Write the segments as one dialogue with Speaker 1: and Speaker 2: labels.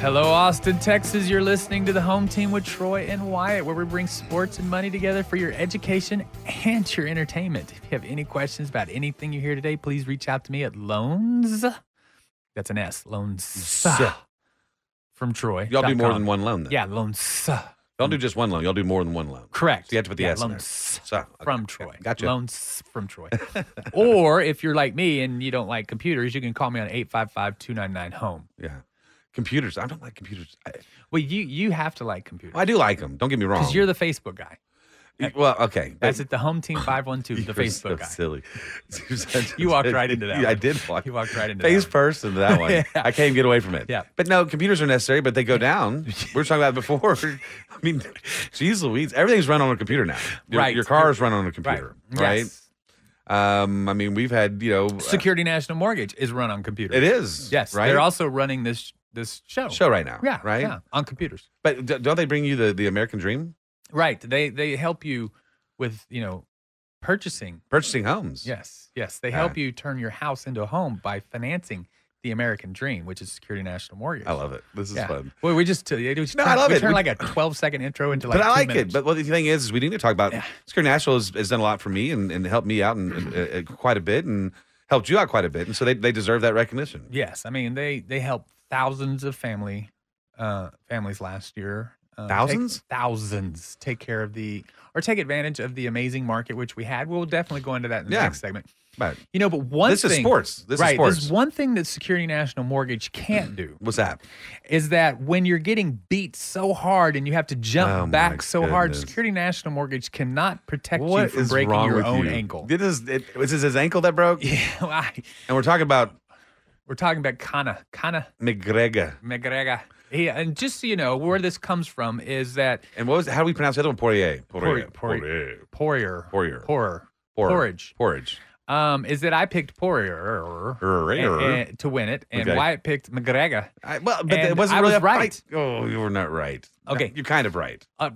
Speaker 1: Hello, Austin, Texas. You're listening to the home team with Troy and Wyatt, where we bring sports and money together for your education and your entertainment. If you have any questions about anything you hear today, please reach out to me at loans. That's an S, loans from Troy.
Speaker 2: Y'all do more than one loan then.
Speaker 1: Yeah, loans.
Speaker 2: Y'all do just one loan. Y'all do more than one loan.
Speaker 1: Correct.
Speaker 2: So you have to put the
Speaker 1: Yeah,
Speaker 2: S in there.
Speaker 1: loans
Speaker 2: So, okay.
Speaker 1: from Troy.
Speaker 2: Gotcha.
Speaker 1: Loans from Troy. or if you're like me and you don't like computers, you can call me on 855 299 home.
Speaker 2: Yeah. Computers. I don't like computers. I,
Speaker 1: Well, you you have to like computers.
Speaker 2: I do like them. Don't get me wrong.
Speaker 1: Because you're the Facebook guy.
Speaker 2: Y- well, okay. but
Speaker 1: That's at the Home Team 512, the
Speaker 2: you're
Speaker 1: Facebook
Speaker 2: so
Speaker 1: guy.
Speaker 2: Silly. You're such a-
Speaker 1: You walked right into that
Speaker 2: I
Speaker 1: one.
Speaker 2: did walk.
Speaker 1: You walked right into that
Speaker 2: face
Speaker 1: one.
Speaker 2: first into that one.
Speaker 1: Yeah.
Speaker 2: I can't even get away from it.
Speaker 1: Yeah.
Speaker 2: But no, computers are necessary, but they go down. we were talking about it before. I mean, geez Louise, everything's run on a computer now. Your,
Speaker 1: Right.
Speaker 2: Your cars run on a computer. Right.
Speaker 1: Yes.
Speaker 2: Um, I mean, we've had you know uh,
Speaker 1: Security National Mortgage is run on computers.
Speaker 2: It is.
Speaker 1: Yes.
Speaker 2: Right.
Speaker 1: They're also running this this show.
Speaker 2: show right now.
Speaker 1: Yeah.
Speaker 2: Right.
Speaker 1: yeah, on computers.
Speaker 2: But d- don't they bring you the, the American Dream?
Speaker 1: Right. They they help you with, you know, purchasing.
Speaker 2: Purchasing homes.
Speaker 1: Yes. Yes. They
Speaker 2: Yeah.
Speaker 1: help you turn your house into a home by financing the American dream, which is Security National Mortgage.
Speaker 2: I love it. This is
Speaker 1: Yeah.
Speaker 2: fun.
Speaker 1: Well, we just, we just
Speaker 2: No, I
Speaker 1: turn,
Speaker 2: love
Speaker 1: we
Speaker 2: it.
Speaker 1: turn
Speaker 2: We-
Speaker 1: like a 12 second intro into like
Speaker 2: but I
Speaker 1: two
Speaker 2: like
Speaker 1: minutes.
Speaker 2: it. But well, the thing is, is we need to talk about Secure National has, has done a lot for me and, and helped me out and, and, uh, uh, quite a bit and helped you out quite a bit, and so they, they deserve that recognition.
Speaker 1: Yes, I mean they they helped thousands of family uh, families last year. Uh, take-
Speaker 2: Thousands?
Speaker 1: thousands take care of the or take advantage of the amazing market which we had. We'll definitely go into that in the
Speaker 2: Yeah.
Speaker 1: next segment.
Speaker 2: But
Speaker 1: You know, but one
Speaker 2: This is
Speaker 1: thing-
Speaker 2: sports. This is
Speaker 1: right,
Speaker 2: sports.
Speaker 1: There's one thing that Security National Mortgage can't do
Speaker 2: what's that?
Speaker 1: is that when you're getting beat so hard and you have to jump
Speaker 2: Oh, my
Speaker 1: back so hard,
Speaker 2: goodness.
Speaker 1: Security National Mortgage cannot protect you
Speaker 2: What
Speaker 1: from
Speaker 2: is
Speaker 1: breaking
Speaker 2: wrong
Speaker 1: your
Speaker 2: with
Speaker 1: own
Speaker 2: you?
Speaker 1: ankle.
Speaker 2: This is it, was this his ankle that broke?
Speaker 1: yeah, I-
Speaker 2: And we're talking about
Speaker 1: we're talking about Kana Kana
Speaker 2: McGregor.
Speaker 1: McGregor. Yeah, and just so you know, where this comes from is that
Speaker 2: And what was how do we pronounce the other one? Poirier.
Speaker 1: Poirier,
Speaker 2: Poirier.
Speaker 1: Poirier,
Speaker 2: Poirier.
Speaker 1: Poirier,
Speaker 2: Por-
Speaker 1: Porridge.
Speaker 2: Porridge.
Speaker 1: Um, is that I picked Poirier
Speaker 2: Poirier.
Speaker 1: and- and- to win it, and
Speaker 2: Okay.
Speaker 1: Wyatt picked McGregor.
Speaker 2: I, well, but
Speaker 1: And
Speaker 2: it wasn't
Speaker 1: I
Speaker 2: really
Speaker 1: was
Speaker 2: a fight.
Speaker 1: right.
Speaker 2: Oh, you were not right.
Speaker 1: Okay.
Speaker 2: you're kind of right.
Speaker 1: Uh,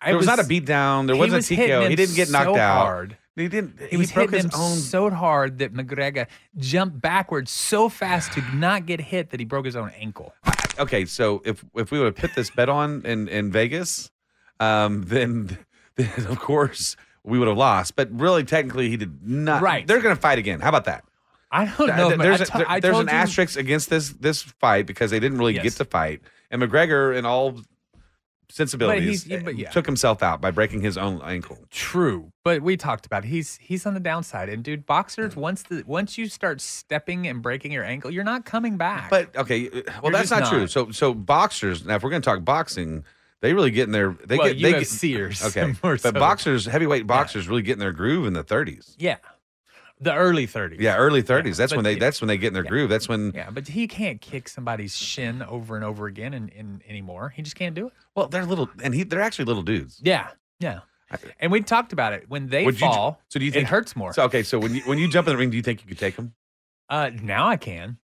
Speaker 1: I
Speaker 2: There was, not a beatdown. There
Speaker 1: he
Speaker 2: wasn't
Speaker 1: was
Speaker 2: a
Speaker 1: hitting
Speaker 2: TKO.
Speaker 1: him
Speaker 2: He didn't get knocked
Speaker 1: so
Speaker 2: out.
Speaker 1: hard.
Speaker 2: He didn't. He,
Speaker 1: He was
Speaker 2: broke
Speaker 1: hitting
Speaker 2: his
Speaker 1: him
Speaker 2: own.
Speaker 1: so hard that McGregor jumped backwards so fast to not get hit that he broke his own ankle.
Speaker 2: okay, so if if we would have put this bet on in in Vegas, um, then then of course we would have lost. But really, technically, he did not.
Speaker 1: Right.
Speaker 2: They're going to fight again. How about that?
Speaker 1: I don't know. man.
Speaker 2: Th- there's
Speaker 1: I
Speaker 2: a-
Speaker 1: to-
Speaker 2: there-
Speaker 1: I
Speaker 2: there's
Speaker 1: told
Speaker 2: an
Speaker 1: you-
Speaker 2: asterisk against this this fight because they didn't really get
Speaker 1: Yes.
Speaker 2: to fight, and McGregor and all sensibilities
Speaker 1: he's- yeah, but yeah.
Speaker 2: took himself out by breaking his own ankle.
Speaker 1: True, but we talked about it. he's he's on the downside, and dude, boxers once the once you start stepping and breaking your ankle, you're not coming back.
Speaker 2: But okay, uh, well
Speaker 1: You're
Speaker 2: that's
Speaker 1: just
Speaker 2: not, true.
Speaker 1: not.
Speaker 2: So so boxers now if we're going to talk boxing, they really get in their they
Speaker 1: Well,
Speaker 2: get they get
Speaker 1: UFCers
Speaker 2: Okay,
Speaker 1: more
Speaker 2: but
Speaker 1: so.
Speaker 2: boxers heavyweight boxers really get in their groove in the 30s.
Speaker 1: yeah, the early 30s.
Speaker 2: Yeah, early 30s.
Speaker 1: Yeah,
Speaker 2: that's when
Speaker 1: but
Speaker 2: they
Speaker 1: yeah.
Speaker 2: that's when they get in their groove. That's when
Speaker 1: yeah, but he can't kick somebody's shin over and over again and, and anymore. He just can't do it.
Speaker 2: well they're little and he, they're actually little dudes.
Speaker 1: Yeah, yeah. And we talked about it when they
Speaker 2: Would you-
Speaker 1: fall.
Speaker 2: so do you
Speaker 1: it
Speaker 2: think-
Speaker 1: hurts more?
Speaker 2: So okay, so when you when you jump in the ring, do you think you could take him?
Speaker 1: uh, now I can.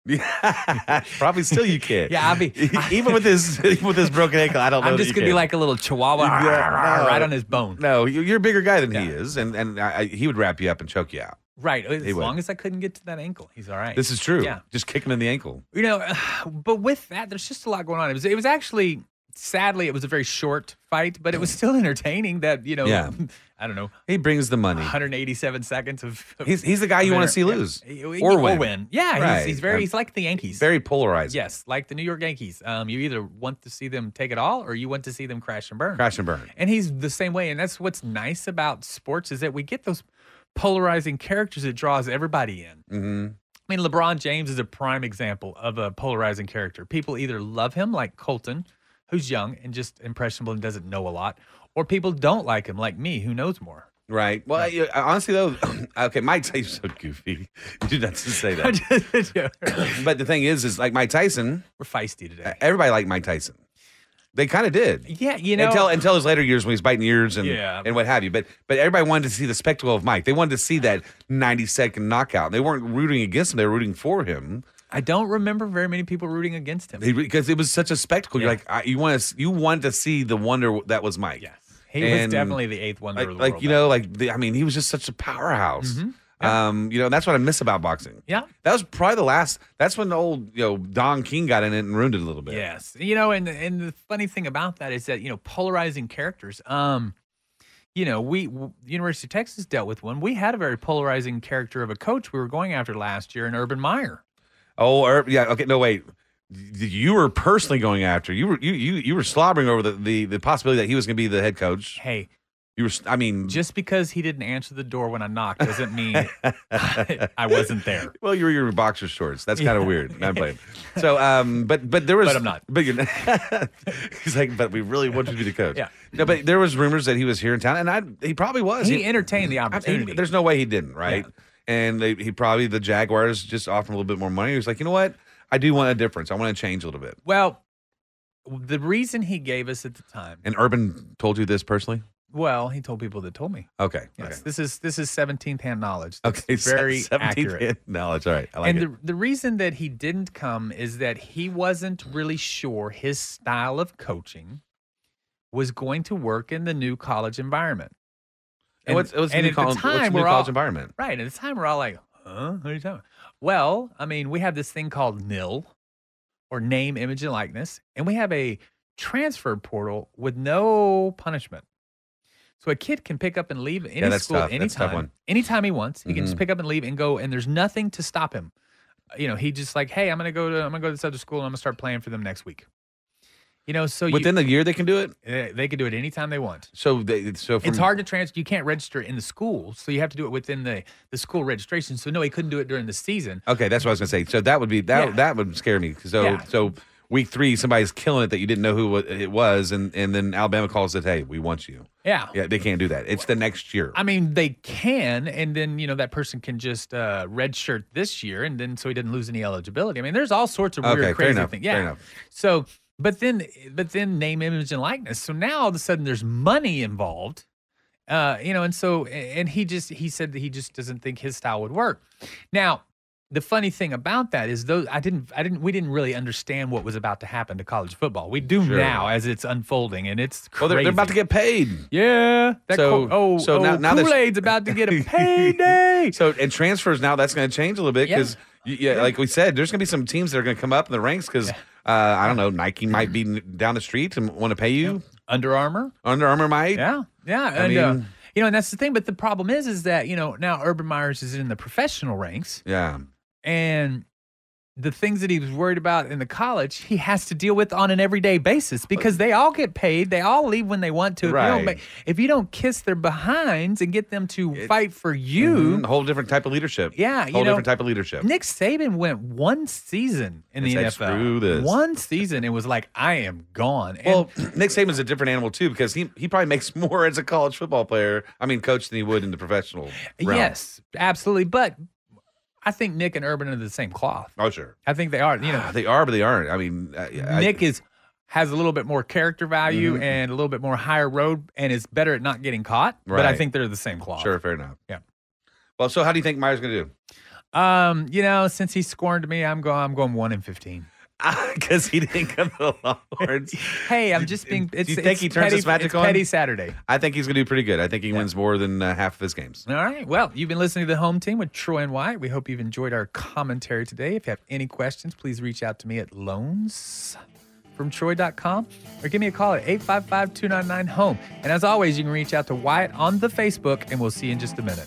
Speaker 2: Probably still you can. E,
Speaker 1: Yeah, I'll be-
Speaker 2: even with his even with his broken ankle, I don't know.
Speaker 1: I'm
Speaker 2: that
Speaker 1: just
Speaker 2: you
Speaker 1: gonna be
Speaker 2: can.
Speaker 1: like a little chihuahua
Speaker 2: Yeah, no.
Speaker 1: right on his bone.
Speaker 2: no, you- you're a bigger guy than he is, and and I, I, he would wrap you up and choke you out.
Speaker 1: Right, as
Speaker 2: He would.
Speaker 1: long as I couldn't get to that ankle, he's all right.
Speaker 2: This is true.
Speaker 1: Yeah.
Speaker 2: Just kick him in the ankle.
Speaker 1: You know, but with that, there's just a lot going on. It was, it was actually sadly, it was a very short fight, but it was still entertaining. That you know,
Speaker 2: Yeah.
Speaker 1: I don't know,
Speaker 2: He brings the money.
Speaker 1: 187 seconds of. of
Speaker 2: He's he's the guy you want to see
Speaker 1: Yeah.
Speaker 2: lose
Speaker 1: He- he-
Speaker 2: or win.
Speaker 1: Yeah, he's,
Speaker 2: Right.
Speaker 1: he's very.
Speaker 2: Um,
Speaker 1: He's like the Yankees.
Speaker 2: Very polarized.
Speaker 1: Yes, like the New York Yankees. Um, you either want to see them take it all, or you want to see them crash and burn.
Speaker 2: Crash and burn.
Speaker 1: And he's the same way. And that's what's nice about sports is that we get those polarizing characters that draws everybody in.
Speaker 2: Mhm.
Speaker 1: I mean, LeBron James is a prime example of a polarizing character. People either love him, like Colton, who's young and just impressionable and doesn't know a lot, or people don't like him, like me, who knows more.
Speaker 2: Right. Well, I- I- honestly though, okay, Mike Tyson's so goofy. You do not say
Speaker 1: We're
Speaker 2: that. but the thing is, is like Mike Tyson.
Speaker 1: feisty today.
Speaker 2: Everybody liked Mike Tyson. They kind of did.
Speaker 1: Yeah, you know.
Speaker 2: until until his later years when he's biting ears and
Speaker 1: Yeah.
Speaker 2: and what have you. But but everybody wanted to see the spectacle of Mike. They wanted to see that ninety second knockout. They weren't rooting against him. They were rooting for him
Speaker 1: I don't remember very many people rooting against him.
Speaker 2: because it was such a spectacle. You're
Speaker 1: Yeah.
Speaker 2: like I, you want to you wanted to see the wonder that was Mike.
Speaker 1: Yes. He was
Speaker 2: And
Speaker 1: definitely the eighth wonder
Speaker 2: like
Speaker 1: of the
Speaker 2: like
Speaker 1: world. Mm-hmm.
Speaker 2: you know like the, I mean he was just such a powerhouse. Um, you know that's what I miss about boxing.
Speaker 1: Yeah.
Speaker 2: that was probably the last. That's when the old you know Don King got in it and ruined it a little bit.
Speaker 1: Yes. You know, and and the funny thing about that is that, you know, polarizing characters. Um, you know, we w- University of Texas dealt with one. We had a very polarizing character of a coach we were going after last year in Urban Meyer.
Speaker 2: Oh, er, yeah. Okay. No, wait. Y- You were personally going after you were you you, you were slobbering over the, the the possibility that he was going to be the head coach.
Speaker 1: Hey,
Speaker 2: You were. s- I mean,
Speaker 1: just because he didn't answer the door when I knocked doesn't mean I, wasn't there.
Speaker 2: well, you were in your boxer shorts. That's kind of weird. I'm playing. So, um, but but there was.
Speaker 1: But I'm not.
Speaker 2: But you're. Not. He's like, but we really want you to be the coach.
Speaker 1: Yeah.
Speaker 2: No, but there was rumors that he was here in town, and I he probably was.
Speaker 1: He entertained the
Speaker 2: I- he-
Speaker 1: opportunity.
Speaker 2: there's no way he didn't, right? And they, he probably the Jaguars just offered him a little bit more money. He was like, you know what? I do want a difference. I want to change a little bit.
Speaker 1: well, the reason he gave us at the time.
Speaker 2: And Urban told you this personally.
Speaker 1: Well, he told people that told me.
Speaker 2: Okay.
Speaker 1: Yes,
Speaker 2: Okay.
Speaker 1: this is this is 17th hand knowledge. That's
Speaker 2: Okay, se-
Speaker 1: very
Speaker 2: 17th
Speaker 1: accurate.
Speaker 2: hand knowledge. All right, I like
Speaker 1: and
Speaker 2: it.
Speaker 1: the the reason that he didn't come is that he wasn't really sure his style of coaching was going to work in the new college environment.
Speaker 2: And what's, what's the
Speaker 1: and
Speaker 2: new
Speaker 1: at
Speaker 2: college,
Speaker 1: the
Speaker 2: what's the
Speaker 1: time,
Speaker 2: new
Speaker 1: we're
Speaker 2: college
Speaker 1: all,
Speaker 2: environment?
Speaker 1: Right. At the time, we're all like, huh? What are you talking about? Well, I mean, we have this thing called NIL or name, image, and likeness, and we have a transfer portal with no punishment. So a kid can pick up and leave any
Speaker 2: that's
Speaker 1: school
Speaker 2: tough.
Speaker 1: anytime,
Speaker 2: That's a tough one.
Speaker 1: anytime he wants. He can
Speaker 2: Mhm.
Speaker 1: just pick up and leave and go, and there's nothing to stop him. You know, he just like, hey, I'm gonna go to, I'm gonna go to this other school, and I'm gonna start playing for them next week. You know, so
Speaker 2: Within a year, they can do it.
Speaker 1: you, eh, they can do it anytime they want
Speaker 2: So, they, so from,
Speaker 1: it's hard to trans. You can't register in the school, so you have to do it within the the school registration. So no, he couldn't do it during the season.
Speaker 2: Okay, that's what I was gonna say. So that would be that
Speaker 1: Yeah.
Speaker 2: that would scare me. So
Speaker 1: Yeah.
Speaker 2: so week three, somebody's killing it that you didn't know who wa- it was, and and then Alabama calls it, hey, we want you.
Speaker 1: Yeah.
Speaker 2: Yeah, they can't do that. It's the next year.
Speaker 1: I mean, they can, and then you know that person can just uh, redshirt this year, and then so he doesn't lose any eligibility. I mean, there's all sorts of
Speaker 2: Okay,
Speaker 1: weird,
Speaker 2: fair
Speaker 1: crazy
Speaker 2: enough,
Speaker 1: things.
Speaker 2: fair
Speaker 1: Yeah.
Speaker 2: enough.
Speaker 1: So, but then, but then name, image, and likeness. So now all of a sudden, there's money involved. Uh, you know, and so, and he just he said that he just doesn't think his style would work. Now, the funny thing about that is, though, I didn't, I didn't, we didn't really understand what was about to happen to college football. We do
Speaker 2: Sure.
Speaker 1: now as it's unfolding, and it's crazy.
Speaker 2: well, they're, they're about to get paid.
Speaker 1: Yeah. That
Speaker 2: So-
Speaker 1: so, oh,
Speaker 2: so
Speaker 1: oh,
Speaker 2: now- now there's-
Speaker 1: Kool-Aid's about to get a payday.
Speaker 2: So and transfers now that's going to change a little bit
Speaker 1: Yeah.
Speaker 2: because yeah. like we said, there's going to be some teams that are going to come up in the ranks because uh, I don't know Nike might be n- down the street and want to pay you.
Speaker 1: Under Armour.
Speaker 2: Under Armour might.
Speaker 1: Yeah. Yeah. And, uh,
Speaker 2: mean-
Speaker 1: you know, and that's the thing. But the problem is, is that, you know, now Urban Myers is in the professional ranks
Speaker 2: Yeah.
Speaker 1: and the things that he was worried about in the college, he has to deal with on an everyday basis because they all get paid. They all leave when they want to. If you
Speaker 2: Right.
Speaker 1: don't, ma- if you don't kiss their behinds and get them to fight for you,
Speaker 2: Mhm, A whole different type of leadership.
Speaker 1: Yeah,
Speaker 2: A
Speaker 1: you
Speaker 2: whole
Speaker 1: know,
Speaker 2: different type of leadership.
Speaker 1: Nick Saban went one season in
Speaker 2: And
Speaker 1: the
Speaker 2: said,
Speaker 1: NFL.
Speaker 2: "Screw this."
Speaker 1: One season, it was like I am gone. And
Speaker 2: well, Nick Saban's a different animal too because he he probably makes more as a college football player. I mean, coach than he would in the professional. Realm.
Speaker 1: yes, absolutely. But I think Nick and Urban are the same cloth.
Speaker 2: Oh sure.
Speaker 1: I think they are. You know,
Speaker 2: Ah, they are, but they aren't. I mean, I, Mm-hmm.
Speaker 1: Nick is has a little bit more character value and a little bit more higher road, and is better at not getting caught. But I
Speaker 2: Right.
Speaker 1: think they're the same cloth.
Speaker 2: I, sure, fair enough.
Speaker 1: Yeah.
Speaker 2: Well, so how do you think Meyer's going to do?
Speaker 1: Um, you know, since he scorned me, I'm going. I'm going one in fifteen.
Speaker 2: Because he didn't come to the Longhorns.
Speaker 1: Hey, I'm just being.
Speaker 2: Do you
Speaker 1: It's,
Speaker 2: think
Speaker 1: it's
Speaker 2: he turns
Speaker 1: petty,
Speaker 2: his magic
Speaker 1: it's
Speaker 2: on?
Speaker 1: Petty Saturday.
Speaker 2: I think he's going to do pretty good. I think he wins more than uh, half of his games.
Speaker 1: All right. Well, you've been listening to the home team with Troy and White. We hope you've enjoyed our commentary today. If you have any questions, please reach out to me at loans from Troy.com or give me a call at 855 299 HOME. And as always, you can reach out to Wyatt on the Facebook, and we'll see you in just a minute.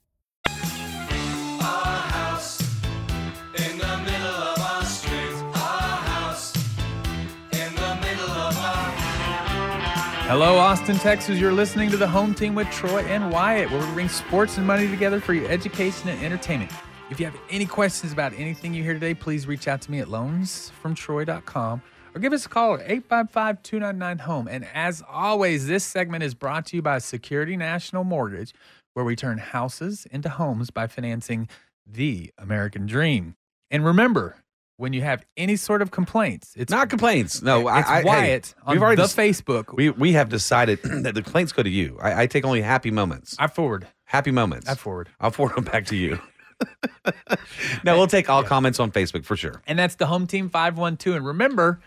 Speaker 1: Hello, Austin, Texas. You're listening to the Home Team with Troy and Wyatt, where we bring sports and money together for your education and entertainment. If you have any questions about anything you hear today, please reach out to me at loansfromtroy.com or give us a call at 855 299 HOME. E. And as always, this segment is brought to you by Security National Mortgage, where we turn houses into homes by financing the American dream. And remember, when you have any sort of complaints, it's
Speaker 2: Not complaints. No, I,
Speaker 1: it's
Speaker 2: I, hey,
Speaker 1: Wyatt on
Speaker 2: we've already
Speaker 1: the
Speaker 2: s-
Speaker 1: Facebook.
Speaker 2: We we have decided that the complaints go to you. I, I take only happy moments.
Speaker 1: I forward.
Speaker 2: happy moments.
Speaker 1: I forward.
Speaker 2: I'll forward them back to you. no, we'll take all comments on Facebook for sure.
Speaker 1: And that's the home team 512. And remember,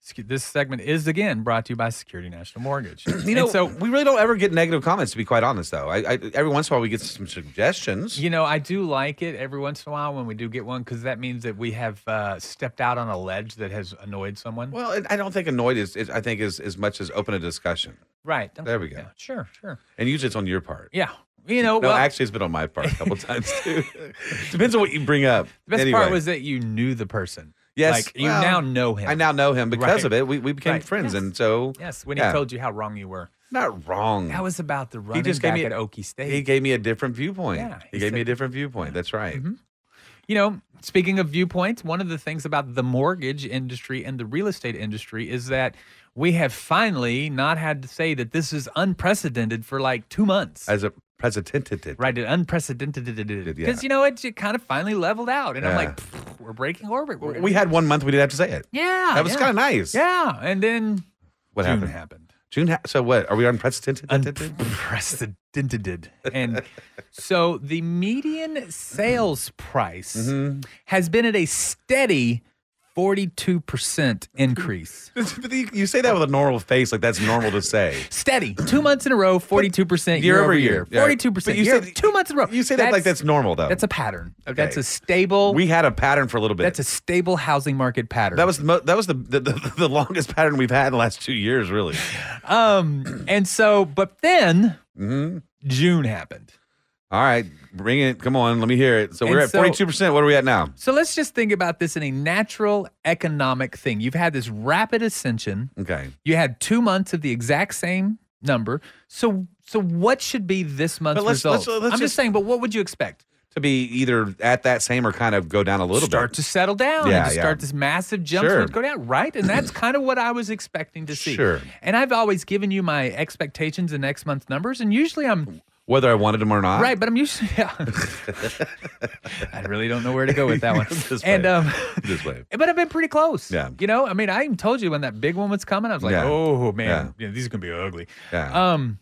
Speaker 1: sec- this segment is again brought to you by Security National Mortgage.
Speaker 2: You know,
Speaker 1: and
Speaker 2: so
Speaker 1: so,
Speaker 2: we really don't ever get negative comments, to be quite honest. Though, I, I every once in a while we get some suggestions.
Speaker 1: you know, I do like it every once in a while when we do get one because that means that we have uh, stepped out on a ledge that has annoyed someone.
Speaker 2: Well, it, I don't think annoyed is, is I think is as much as open a discussion,
Speaker 1: right.
Speaker 2: there we go.
Speaker 1: Yeah, sure, sure.
Speaker 2: and usually it's on your part.
Speaker 1: Yeah. You know,
Speaker 2: No,
Speaker 1: well,
Speaker 2: actually, it's been on my part a couple times too. Depends on what you bring up.
Speaker 1: the best
Speaker 2: Anyway.
Speaker 1: part was that you knew the person.
Speaker 2: Yes,
Speaker 1: Like, you
Speaker 2: well,
Speaker 1: now know him.
Speaker 2: I now know him because
Speaker 1: Right.
Speaker 2: of it. We, we became
Speaker 1: Right.
Speaker 2: friends,
Speaker 1: Yes.
Speaker 2: and so
Speaker 1: Yes, when
Speaker 2: yeah.
Speaker 1: he told you how wrong you were.
Speaker 2: not wrong.
Speaker 1: That was about the running
Speaker 2: he just gave
Speaker 1: back
Speaker 2: me
Speaker 1: at Okie State.
Speaker 2: He gave me a different viewpoint.
Speaker 1: Yeah,
Speaker 2: he,
Speaker 1: he
Speaker 2: gave
Speaker 1: said-
Speaker 2: me a
Speaker 1: Mm-hmm.
Speaker 2: different viewpoint. That's right.
Speaker 1: You know, speaking of viewpoints, one of the things about the mortgage industry and the real estate industry is that we have finally not had to say that this is unprecedented for like two months.
Speaker 2: As a president,
Speaker 1: right, it unprecedented. Because,
Speaker 2: Yeah.
Speaker 1: you know, it, it kind of finally leveled out. And I'm
Speaker 2: Yeah.
Speaker 1: like, "Pfft, we're breaking orbit. We're gonna-
Speaker 2: We had one month we didn't have to say it.
Speaker 1: yeah.
Speaker 2: that was
Speaker 1: yeah.
Speaker 2: kind of nice.
Speaker 1: Yeah. And then
Speaker 2: What
Speaker 1: June
Speaker 2: happened?
Speaker 1: happened.
Speaker 2: June. Ha- so what? Are we unprecedented?
Speaker 1: Unprecedented. and so the median sales price
Speaker 2: Mhm.
Speaker 1: has been at a steady 42% increase.
Speaker 2: But you- you say that with a normal face, like that's normal to say.
Speaker 1: steady. Two months in a row, forty-two percent year, over year,
Speaker 2: Yeah.
Speaker 1: forty-two
Speaker 2: But
Speaker 1: percent.
Speaker 2: you
Speaker 1: You year,
Speaker 2: say-
Speaker 1: two months in a row.
Speaker 2: You say that like that's normal, though.
Speaker 1: That's a pattern.
Speaker 2: Okay.
Speaker 1: That's a stable.
Speaker 2: we had a pattern for a little bit.
Speaker 1: that's a stable housing market pattern.
Speaker 2: that was the mo- that was the the, the the longest pattern we've had in the last two years, really.
Speaker 1: um, and so, but then
Speaker 2: hmm
Speaker 1: June happened.
Speaker 2: All right, bring it. Come on, let me hear it. So
Speaker 1: And
Speaker 2: we're at
Speaker 1: so-
Speaker 2: forty two percent. What are we at now?
Speaker 1: So let's just think about this in a natural economic thing. You've had this rapid ascension.
Speaker 2: Okay,
Speaker 1: You had two months of the exact same number. So, so what should be this month's
Speaker 2: let's-
Speaker 1: result?
Speaker 2: let's- let's
Speaker 1: I'm just
Speaker 2: just-
Speaker 1: saying. But what would you expect?
Speaker 2: to be either at that same or kind of go down a little
Speaker 1: start
Speaker 2: bit.
Speaker 1: to settle down
Speaker 2: Yeah,
Speaker 1: and to
Speaker 2: yeah.
Speaker 1: start this massive jump
Speaker 2: Sure.
Speaker 1: sure. go down, right? And that's kind of what I was expecting to see.
Speaker 2: Sure.
Speaker 1: And I've always given you my expectations and next month's numbers, and usually I'm
Speaker 2: whether I wanted them or not.
Speaker 1: right, but I'm usually yeah. I really don't know where to go with that one.
Speaker 2: This
Speaker 1: and
Speaker 2: way.
Speaker 1: um
Speaker 2: This way.
Speaker 1: But I've been pretty close.
Speaker 2: Yeah.
Speaker 1: You know, I mean, I even told you when that big one was coming, I was like,
Speaker 2: Yeah.
Speaker 1: oh man, yeah. these are gonna be ugly.
Speaker 2: Yeah.
Speaker 1: Um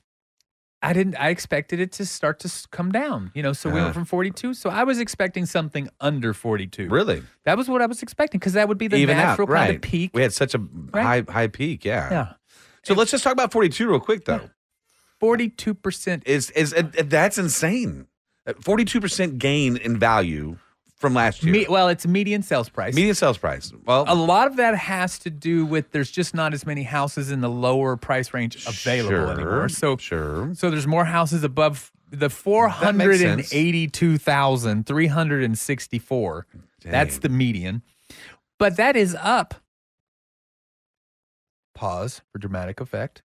Speaker 1: I didn't. I expected it to start to s- come down. You know, so we
Speaker 2: Uh.
Speaker 1: went from 42. So I was expecting something under 42.
Speaker 2: Really?
Speaker 1: That was what I was expecting because that would be Um, the
Speaker 2: Even out,
Speaker 1: natural
Speaker 2: right?
Speaker 1: kind of peak.
Speaker 2: We had such a high high peak, yeah.
Speaker 1: yeah.
Speaker 2: So let's just talk about 42 real quick though.
Speaker 1: 42%.
Speaker 2: Is is uh, uh, that's insane. 42% gain in value from last year.
Speaker 1: Me, well, it's median sales price.
Speaker 2: Median sales price. Well,
Speaker 1: a lot of that has to do with there's just not as many houses in the lower price range available
Speaker 2: sure,
Speaker 1: anymore. So
Speaker 2: sure.
Speaker 1: So there's more houses above the
Speaker 2: makes sense.
Speaker 1: 482,364. That's
Speaker 2: Dang.
Speaker 1: the median. But that is up. Pause for dramatic effect.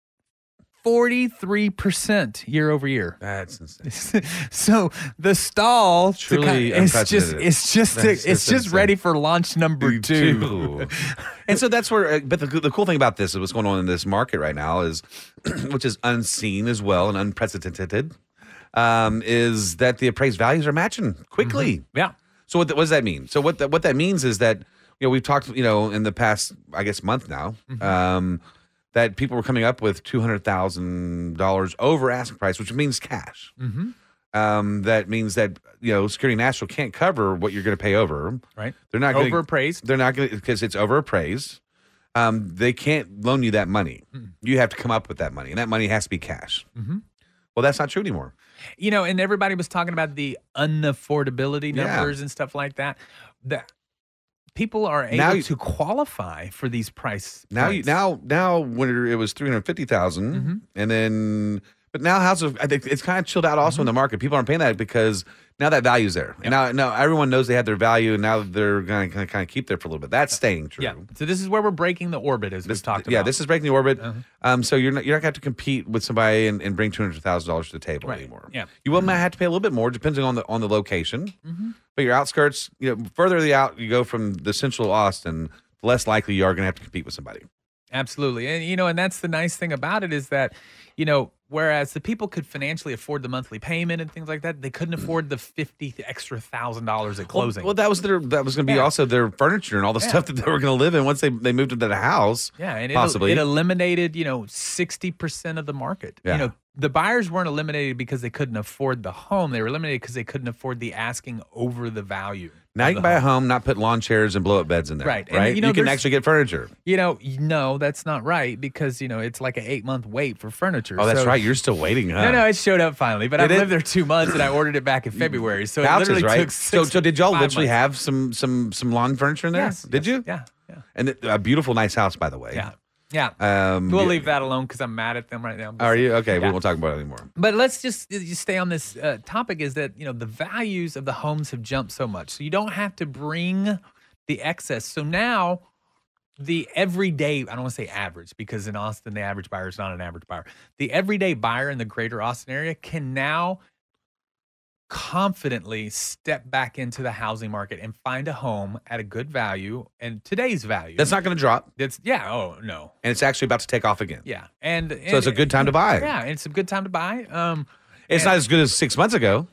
Speaker 1: 43% year over year.
Speaker 2: That's insane.
Speaker 1: so the stall to
Speaker 2: Truly
Speaker 1: kind- it's just
Speaker 2: unprecedented.
Speaker 1: it's just it's
Speaker 2: That's- that's
Speaker 1: just ready
Speaker 2: insane.
Speaker 1: for launch number 2.
Speaker 2: and so that's where, uh, but the, the cool thing about this is what's going on in this market right now is, which is unseen as well and unprecedented, um, is that the appraised values are matching quickly.
Speaker 1: Yeah.
Speaker 2: So what, th- what does that mean? So what that what that means is that you know we've talked you know in the past I guess month now
Speaker 1: Mm-hmm.
Speaker 2: um, that people were coming up with two hundred thousand dollars over asking price, which means cash.
Speaker 1: Mm-hmm.
Speaker 2: Um, that means that you know Security National can't cover what you're going to pay over.
Speaker 1: Right.
Speaker 2: They're not gonna-
Speaker 1: Overappraised.
Speaker 2: They're not going to because it's overappraised. Um, they can't loan you that money. You have to come up with that money, and that money has to be cash.
Speaker 1: Mm-hmm.
Speaker 2: Well, that's not true anymore.
Speaker 1: you know, and everybody was talking about the unaffordability
Speaker 2: Yeah.
Speaker 1: numbers and stuff like that. That people are able
Speaker 2: Now you-
Speaker 1: to qualify for these price.
Speaker 2: Now you
Speaker 1: points.
Speaker 2: now now when it was three
Speaker 1: Mm-hmm.
Speaker 2: and then but now houses I think it's kind of chilled out also
Speaker 1: Mm-hmm.
Speaker 2: in the market. People aren't paying that because now that value's there. And now now everyone knows they had their value, and now they're going to kind of keep there for a little bit. That's staying true.
Speaker 1: yeah. So this is where we're breaking the orbit, as
Speaker 2: This,
Speaker 1: we've talked about. Uh-huh.
Speaker 2: yeah, this is breaking the orbit. Um, so you're not you're not going to have to compete with somebody and, and bring two hundred thousand dollars to the table
Speaker 1: Right.
Speaker 2: anymore.
Speaker 1: Yeah. Mm-hmm.
Speaker 2: you will might have to pay a little bit more depending on the on the location. But your outskirts, you know, further the out you go from the central Austin, the less likely you are going to have to compete with somebody.
Speaker 1: absolutely, and you know, and that's the nice thing about it is that, you know, whereas the people could financially afford the monthly payment and things like that, they couldn't afford the fifty extra thousand dollars at
Speaker 2: Well-
Speaker 1: closing.
Speaker 2: Well, that was their that was going to be
Speaker 1: Yeah.
Speaker 2: also their furniture and all the
Speaker 1: Yeah.
Speaker 2: stuff that they were going to live in once they they moved into the house.
Speaker 1: Yeah, and it, el-
Speaker 2: possibly
Speaker 1: it eliminated, you know, 60% of the market.
Speaker 2: Yeah.
Speaker 1: You know, the buyers weren't eliminated because they couldn't afford the home. They were eliminated because they couldn't afford the asking over the value.
Speaker 2: now you can buy a home, not put lawn chairs and blow up beds in there.
Speaker 1: Right, and,
Speaker 2: right.
Speaker 1: you know,
Speaker 2: can
Speaker 1: there's-
Speaker 2: actually get furniture.
Speaker 1: You know, y- no, that's not right because, you know, it's like an eight month wait for furniture.
Speaker 2: Oh, that's
Speaker 1: So-
Speaker 2: right. You're still waiting, huh?
Speaker 1: No, no, it showed up finally, but I
Speaker 2: It is-
Speaker 1: lived there two months and I ordered it back in February. So
Speaker 2: Couches,
Speaker 1: it literally
Speaker 2: right?
Speaker 1: took
Speaker 2: so,
Speaker 1: six,
Speaker 2: so did y'all
Speaker 1: five
Speaker 2: literally
Speaker 1: months.
Speaker 2: have some some some lawn furniture in there?
Speaker 1: Yes,
Speaker 2: did
Speaker 1: yes,
Speaker 2: you?
Speaker 1: Yeah, yeah,
Speaker 2: And it- a beautiful, nice house, by the way.
Speaker 1: yeah. Yeah.
Speaker 2: Um,
Speaker 1: we'll
Speaker 2: you-
Speaker 1: leave that alone because I'm mad at them right now.
Speaker 2: Are you okay? We
Speaker 1: Yeah.
Speaker 2: won't talk about it anymore.
Speaker 1: But let's just, just stay on this uh, topic is that, you know, the values of the homes have jumped so much. So you don't have to bring the excess. So now the everyday, I don't want to say average because in Austin, the average buyer is not an average buyer. The everyday buyer in the greater Austin area can now confidently step back into the housing market and find a home at a good value and today's value.
Speaker 2: That's not going to drop,
Speaker 1: that's, yeah. Oh, no.
Speaker 2: and it's actually about to take off again.
Speaker 1: Yeah. And, so
Speaker 2: it's a good time to buy.
Speaker 1: Yeah. It's a good time to buy. Um,
Speaker 2: It's not as good as six months ago.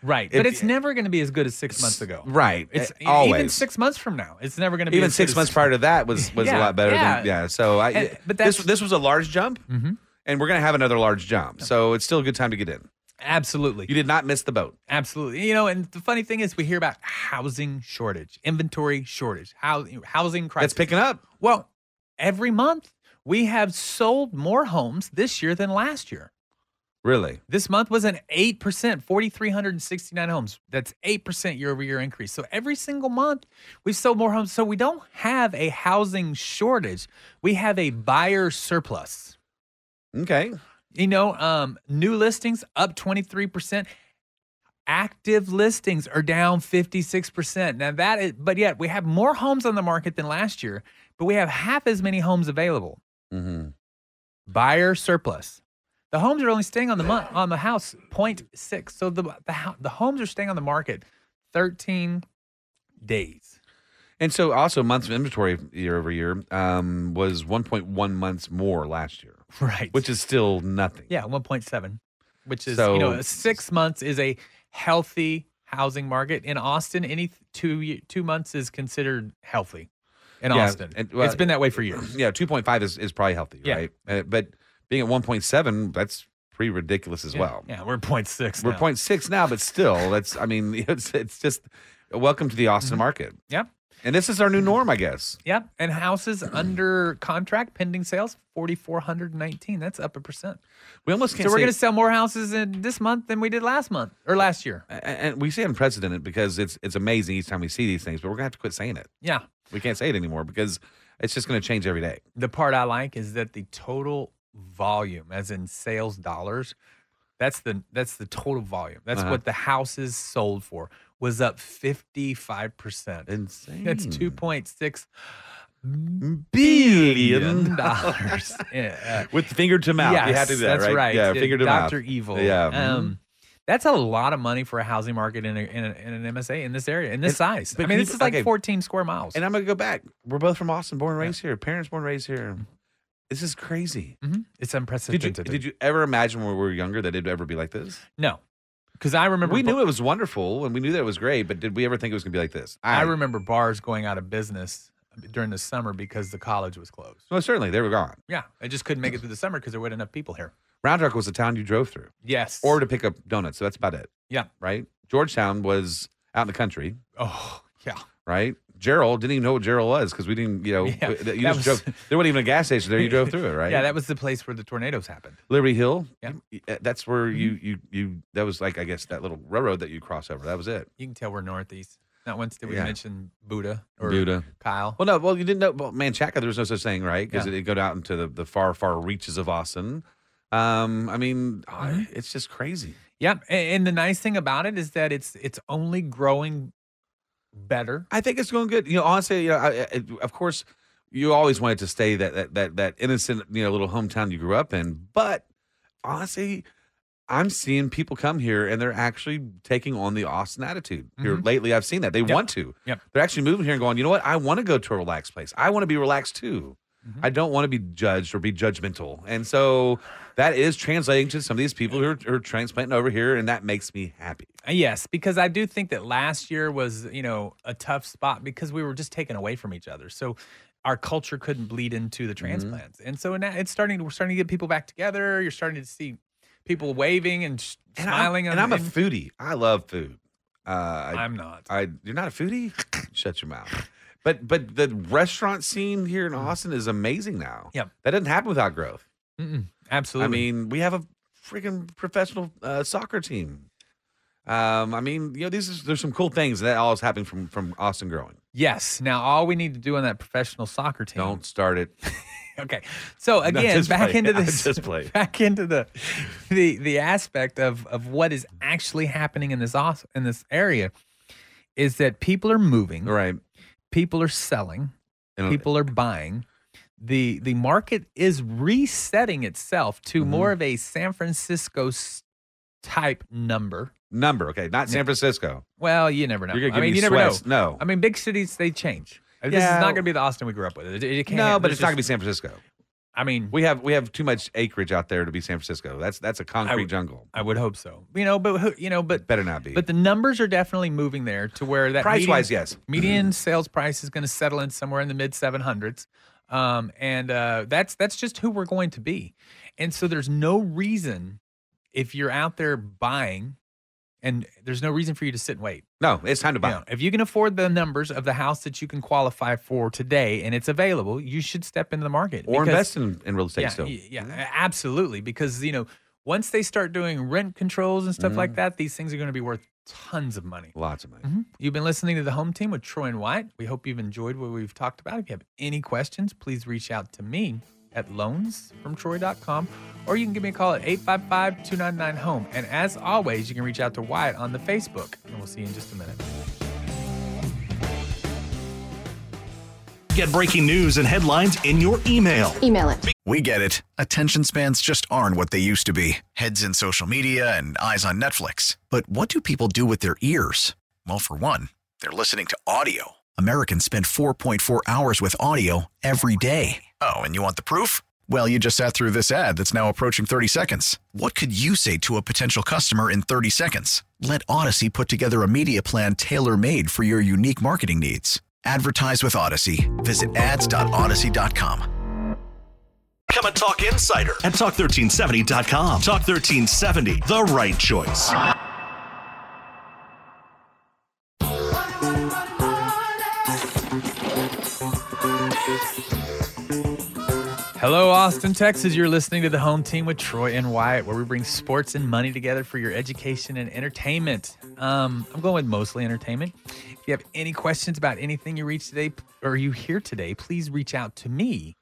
Speaker 1: Right,
Speaker 2: If-
Speaker 1: but it's never going to be as good as six months ago.
Speaker 2: Right.
Speaker 1: It's e-,
Speaker 2: Eh,
Speaker 1: even
Speaker 2: always.
Speaker 1: six months from now. It's never going to be
Speaker 2: even
Speaker 1: as
Speaker 2: six
Speaker 1: good
Speaker 2: months
Speaker 1: as-
Speaker 2: prior to that was was a
Speaker 1: Yeah,
Speaker 2: lot better than
Speaker 1: yeah.
Speaker 2: yeah. So I
Speaker 1: And- but
Speaker 2: but this
Speaker 1: that's- Mm-hmm.
Speaker 2: this was a large jump, and we're gonna have another large jump. So it's still a good time to get in.
Speaker 1: Absolutely,
Speaker 2: You did not miss the boat.
Speaker 1: absolutely. You know, and the funny thing is, we hear about housing shortage, inventory shortage, housing housing crisis.
Speaker 2: That's picking up.
Speaker 1: Well, every month we have sold more homes this year than last year.
Speaker 2: Really?
Speaker 1: This month was an 8%, 4,369 homes. That's 8% year over year increase. So every single month, we've sold more homes. So we don't have a housing shortage, we have a buyer surplus.
Speaker 2: Okay.
Speaker 1: You know, um, new listings up 23%. Active listings are down 56%. Now that is, but yet we have more homes on the market than last year, but we have half as many homes available.
Speaker 2: Mhm.
Speaker 1: Buyer surplus. The homes are only staying on the month on the house 0.6. So the the hou- the homes are staying on the market 13 days.
Speaker 2: And so also months of inventory year over year um, was 1.1 months more last year,
Speaker 1: Right.
Speaker 2: which is still nothing.
Speaker 1: Yeah, one point seven, which is
Speaker 2: So-
Speaker 1: you know six months is a healthy housing market in Austin. Any th- two ye- two months is considered healthy in
Speaker 2: Yeah,
Speaker 1: Austin.
Speaker 2: and- well,
Speaker 1: it's been that way for years.
Speaker 2: Yeah, 2.5 is, is probably healthy,
Speaker 1: Yeah.
Speaker 2: right? Uh, but being at 1.7, that's pretty ridiculous as well.
Speaker 1: Yeah, we're point six.
Speaker 2: We're
Speaker 1: now.
Speaker 2: point six now, but still, that's I mean, it's it's just welcome to the Austin
Speaker 1: Mm-hmm.
Speaker 2: market,
Speaker 1: Yep.
Speaker 2: and this is our
Speaker 1: Mm-hmm.
Speaker 2: new norm, I guess.
Speaker 1: Yep. And houses under contract pending sales, 4,419. That's up a percent.
Speaker 2: We almost
Speaker 1: So
Speaker 2: can't.
Speaker 1: we're
Speaker 2: say-
Speaker 1: going to sell more houses in this month than we did last month or last year.
Speaker 2: a- and we say unprecedented because it's it's amazing each time we see these things, but we're gonna have to quit saying it.
Speaker 1: Yeah.
Speaker 2: We can't say it anymore because it's just gonna change every day.
Speaker 1: The part I like is that the total volume, as in sales dollars, that's the that's the total volume. That's
Speaker 2: Uh-huh.
Speaker 1: what the houses sold for was up 55%.
Speaker 2: Insane.
Speaker 1: That's 2.6
Speaker 2: billion
Speaker 1: dollars. Yeah, uh,
Speaker 2: with finger to mouth. you
Speaker 1: Yes,
Speaker 2: have to do that,
Speaker 1: that's right.
Speaker 2: Yeah,
Speaker 1: Did
Speaker 2: finger to mouth.
Speaker 1: Dr. Evil.
Speaker 2: Yeah. mm-hmm.
Speaker 1: Um, that's a lot of money for a housing market in, a, in, a, in an MSA in this area, in this size.
Speaker 2: but
Speaker 1: I mean,
Speaker 2: can
Speaker 1: this
Speaker 2: you-
Speaker 1: is like
Speaker 2: okay.
Speaker 1: 14 square miles.
Speaker 2: And I'm gonna go back. We're both from Austin, born and raised here. Parents born and raised here. This is crazy.
Speaker 1: Mhm. It's
Speaker 2: Did you,
Speaker 1: unprecedented.
Speaker 2: did you ever imagine when we were younger that it'd ever be like this?
Speaker 1: No. Because I remember
Speaker 2: We
Speaker 1: bu-
Speaker 2: knew it was wonderful and we knew that it was great, but did we ever think it was gonna be like this?
Speaker 1: I remember bars going out of business during the summer because the college was closed.
Speaker 2: Well, certainly they were gone.
Speaker 1: Yeah, I just couldn't make it through the summer because there weren't enough people here.
Speaker 2: Round Rock was the town you drove through,
Speaker 1: Yes.
Speaker 2: or to pick up donuts. So that's about it.
Speaker 1: yeah.
Speaker 2: right? Georgetown was out in the country,
Speaker 1: Oh, yeah.
Speaker 2: right? Gerald didn't even know what Gerald was because we didn't, you know,
Speaker 1: Yeah,
Speaker 2: w- you
Speaker 1: that
Speaker 2: just
Speaker 1: was-
Speaker 2: drove, there wasn't even a gas station there. You drove through it, right?
Speaker 1: Yeah, that was the place where the tornadoes happened.
Speaker 2: Liberty Hill.
Speaker 1: Yeah. Mm-hmm.
Speaker 2: you- uh, that's where you you you. That was like I guess that little railroad that you cross over. That was it.
Speaker 1: You can tell we're northeast. Not once did we
Speaker 2: Yeah.
Speaker 1: mention Buddha or
Speaker 2: Buddha.
Speaker 1: Kyle.
Speaker 2: Well, no, well you didn't know. Well, Manchaca, there was no such thing, right? Because
Speaker 1: Yeah.
Speaker 2: it, it go out into the the far far reaches of Austin. Um, I mean, I-
Speaker 1: Mm-hmm.
Speaker 2: it's just crazy.
Speaker 1: Yeah, a- and the nice thing about it is that it's it's only growing better.
Speaker 2: I think it's going good. You know, honestly, you know, I, I, of course, you always wanted to stay that that that that innocent, you know, little hometown you grew up in. But honestly, I'm seeing people come here and they're actually taking on the Austin attitude. Here lately, I've seen that they want to.
Speaker 1: Mm-hmm. Yep.
Speaker 2: They're actually moving here and going. You know what? I want to go to a relaxed place. I want to be relaxed too.
Speaker 1: Mm-hmm.
Speaker 2: I don't want to be judged or be judgmental. And so that is translating to some of these people who are, who are transplanting over here, and that makes me happy.
Speaker 1: Uh, Yes, because I do think that last year was you know a tough spot because we were just taken away from each other. So our culture couldn't bleed into
Speaker 2: Mm-hmm.
Speaker 1: the transplants, and so now it's starting. We're starting to get people back together. You're starting to see people waving and, s-
Speaker 2: And
Speaker 1: smiling.
Speaker 2: I'm, and I'm a foodie. I love food. Uh, I,
Speaker 1: I'm not.
Speaker 2: I you're not a foodie? Shut your mouth. But but the restaurant scene here in Austin is amazing now.
Speaker 1: Mm-hmm. Yep.
Speaker 2: That doesn't happen without growth.
Speaker 1: Absolutely.
Speaker 2: I mean, we have a freaking professional uh, soccer team. Um, I mean, you know, these is, there's some cool things that all is happening from from Austin growing.
Speaker 1: yes. Now all we need to do on that professional soccer team.
Speaker 2: Don't start it.
Speaker 1: Okay. So again,
Speaker 2: just
Speaker 1: back
Speaker 2: play.
Speaker 1: into
Speaker 2: I
Speaker 1: this
Speaker 2: just play.
Speaker 1: back into the the the aspect of of what is actually happening in this aus- in this area is that people are moving,
Speaker 2: right.
Speaker 1: people are selling,
Speaker 2: And-
Speaker 1: people are buying. The the market is resetting itself to
Speaker 2: Mm-hmm.
Speaker 1: more of a San Francisco s- type number.
Speaker 2: Number, okay, not San Francisco.
Speaker 1: Well, you never know.
Speaker 2: You're gonna
Speaker 1: I
Speaker 2: give
Speaker 1: mean,
Speaker 2: me
Speaker 1: you never
Speaker 2: sweats.
Speaker 1: know.
Speaker 2: No.
Speaker 1: I mean, big cities they change. This is
Speaker 2: Yeah.
Speaker 1: not going to be the Austin we grew up with. It, it can't,
Speaker 2: no, but
Speaker 1: there's
Speaker 2: it's not gonna be
Speaker 1: just-
Speaker 2: San Francisco.
Speaker 1: I mean,
Speaker 2: We have we have too much acreage out there to be San Francisco. That's that's a concrete
Speaker 1: w-
Speaker 2: jungle.
Speaker 1: I would hope so. You know, but who- you know, but
Speaker 2: Better not be.
Speaker 1: But the numbers are definitely moving there to where that
Speaker 2: Price-wise,
Speaker 1: median-
Speaker 2: yes.
Speaker 1: median sales price is going to settle in somewhere in the mid seven hundreds, um, and uh, that's that's just who we're going to be, and so there's no reason if you're out there buying, and there's no reason for you to sit and wait.
Speaker 2: No, it's time to buy.
Speaker 1: You know, if you can afford the numbers of the house that you can qualify for today and it's available, you should step into the market
Speaker 2: or
Speaker 1: because-
Speaker 2: invest in, in real estate
Speaker 1: yeah,
Speaker 2: still.
Speaker 1: y- Yeah, a- absolutely. Because you know, once they start doing rent controls and stuff like that, these things are going to be worth tons of money.
Speaker 2: Lots of money.
Speaker 1: You've been listening to the Home Team with Troy and White. We hope you've enjoyed what we've talked about. If you have any questions, please reach out to me at loansfromtroy.com or you can give me a call at 855-299-HOME. E. And as always, you can reach out to Wyatt on the Facebook. And we'll see you in just a minute.
Speaker 3: Get breaking news and headlines in your email.
Speaker 4: Email it.
Speaker 5: We get it. Attention spans just aren't what they used to be heads in social media and eyes on Netflix. But what do people do with their ears? Well, for one, they're listening to audio. Americans spend 4.4 hours with audio every day. Oh, and you want the proof? Well, you just sat through this ad that's now approaching 30 seconds. What could you say to a potential customer in 30 seconds? Let Odyssey put together a media plan tailor made for your unique marketing needs. Advertise with Odyssey. Visit ads.odyssey.com.
Speaker 3: Become a Talk Insider at Talk1370.com. Talk 1370, the right choice.
Speaker 1: Hello, Austin, Texas. You're listening to the home team with Troy and Wyatt, where we bring sports and money together for your education and entertainment. Um, I'm going with mostly entertainment. If you have any questions about anything you reach today or you hear today, please reach out to me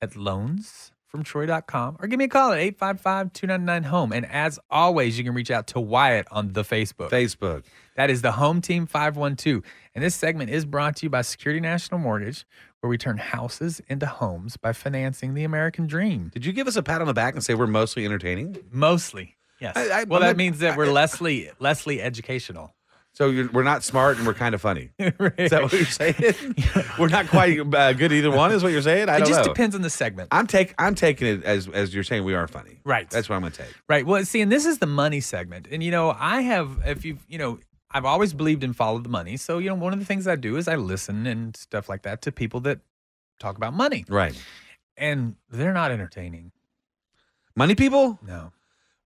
Speaker 1: at loansfromtroy.com or give me a call at 855 299 home. E. And as always, you can reach out to Wyatt on the Facebook.
Speaker 2: Facebook.
Speaker 1: That is the Home Team 512. And this segment is brought to you by Security National Mortgage, where we turn houses into homes by financing the American dream.
Speaker 2: Did you give us a pat on the back and say we're mostly entertaining?
Speaker 1: Mostly. Yes.
Speaker 2: I- I-
Speaker 1: well, that
Speaker 2: I'm not-
Speaker 1: means that we're
Speaker 2: I-
Speaker 1: Leslie Leslie educational.
Speaker 2: So you're, we're not smart and we're kind of funny. Is that what you're saying? we're not quite uh, good either one. Is what you're saying? I
Speaker 1: it
Speaker 2: don't
Speaker 1: just
Speaker 2: know.
Speaker 1: depends on the segment.
Speaker 2: I'm take I'm taking it as as you're saying we are funny.
Speaker 1: Right.
Speaker 2: That's what I'm gonna take.
Speaker 1: Right. Well, see, and this is the money segment. And, you know, I have, if you've, you know, I've always believed in follow the money. So, you know, one of the things I do is I listen and stuff like that to people that talk about money.
Speaker 2: Right.
Speaker 1: And they're not entertaining.
Speaker 2: Money people?
Speaker 1: No.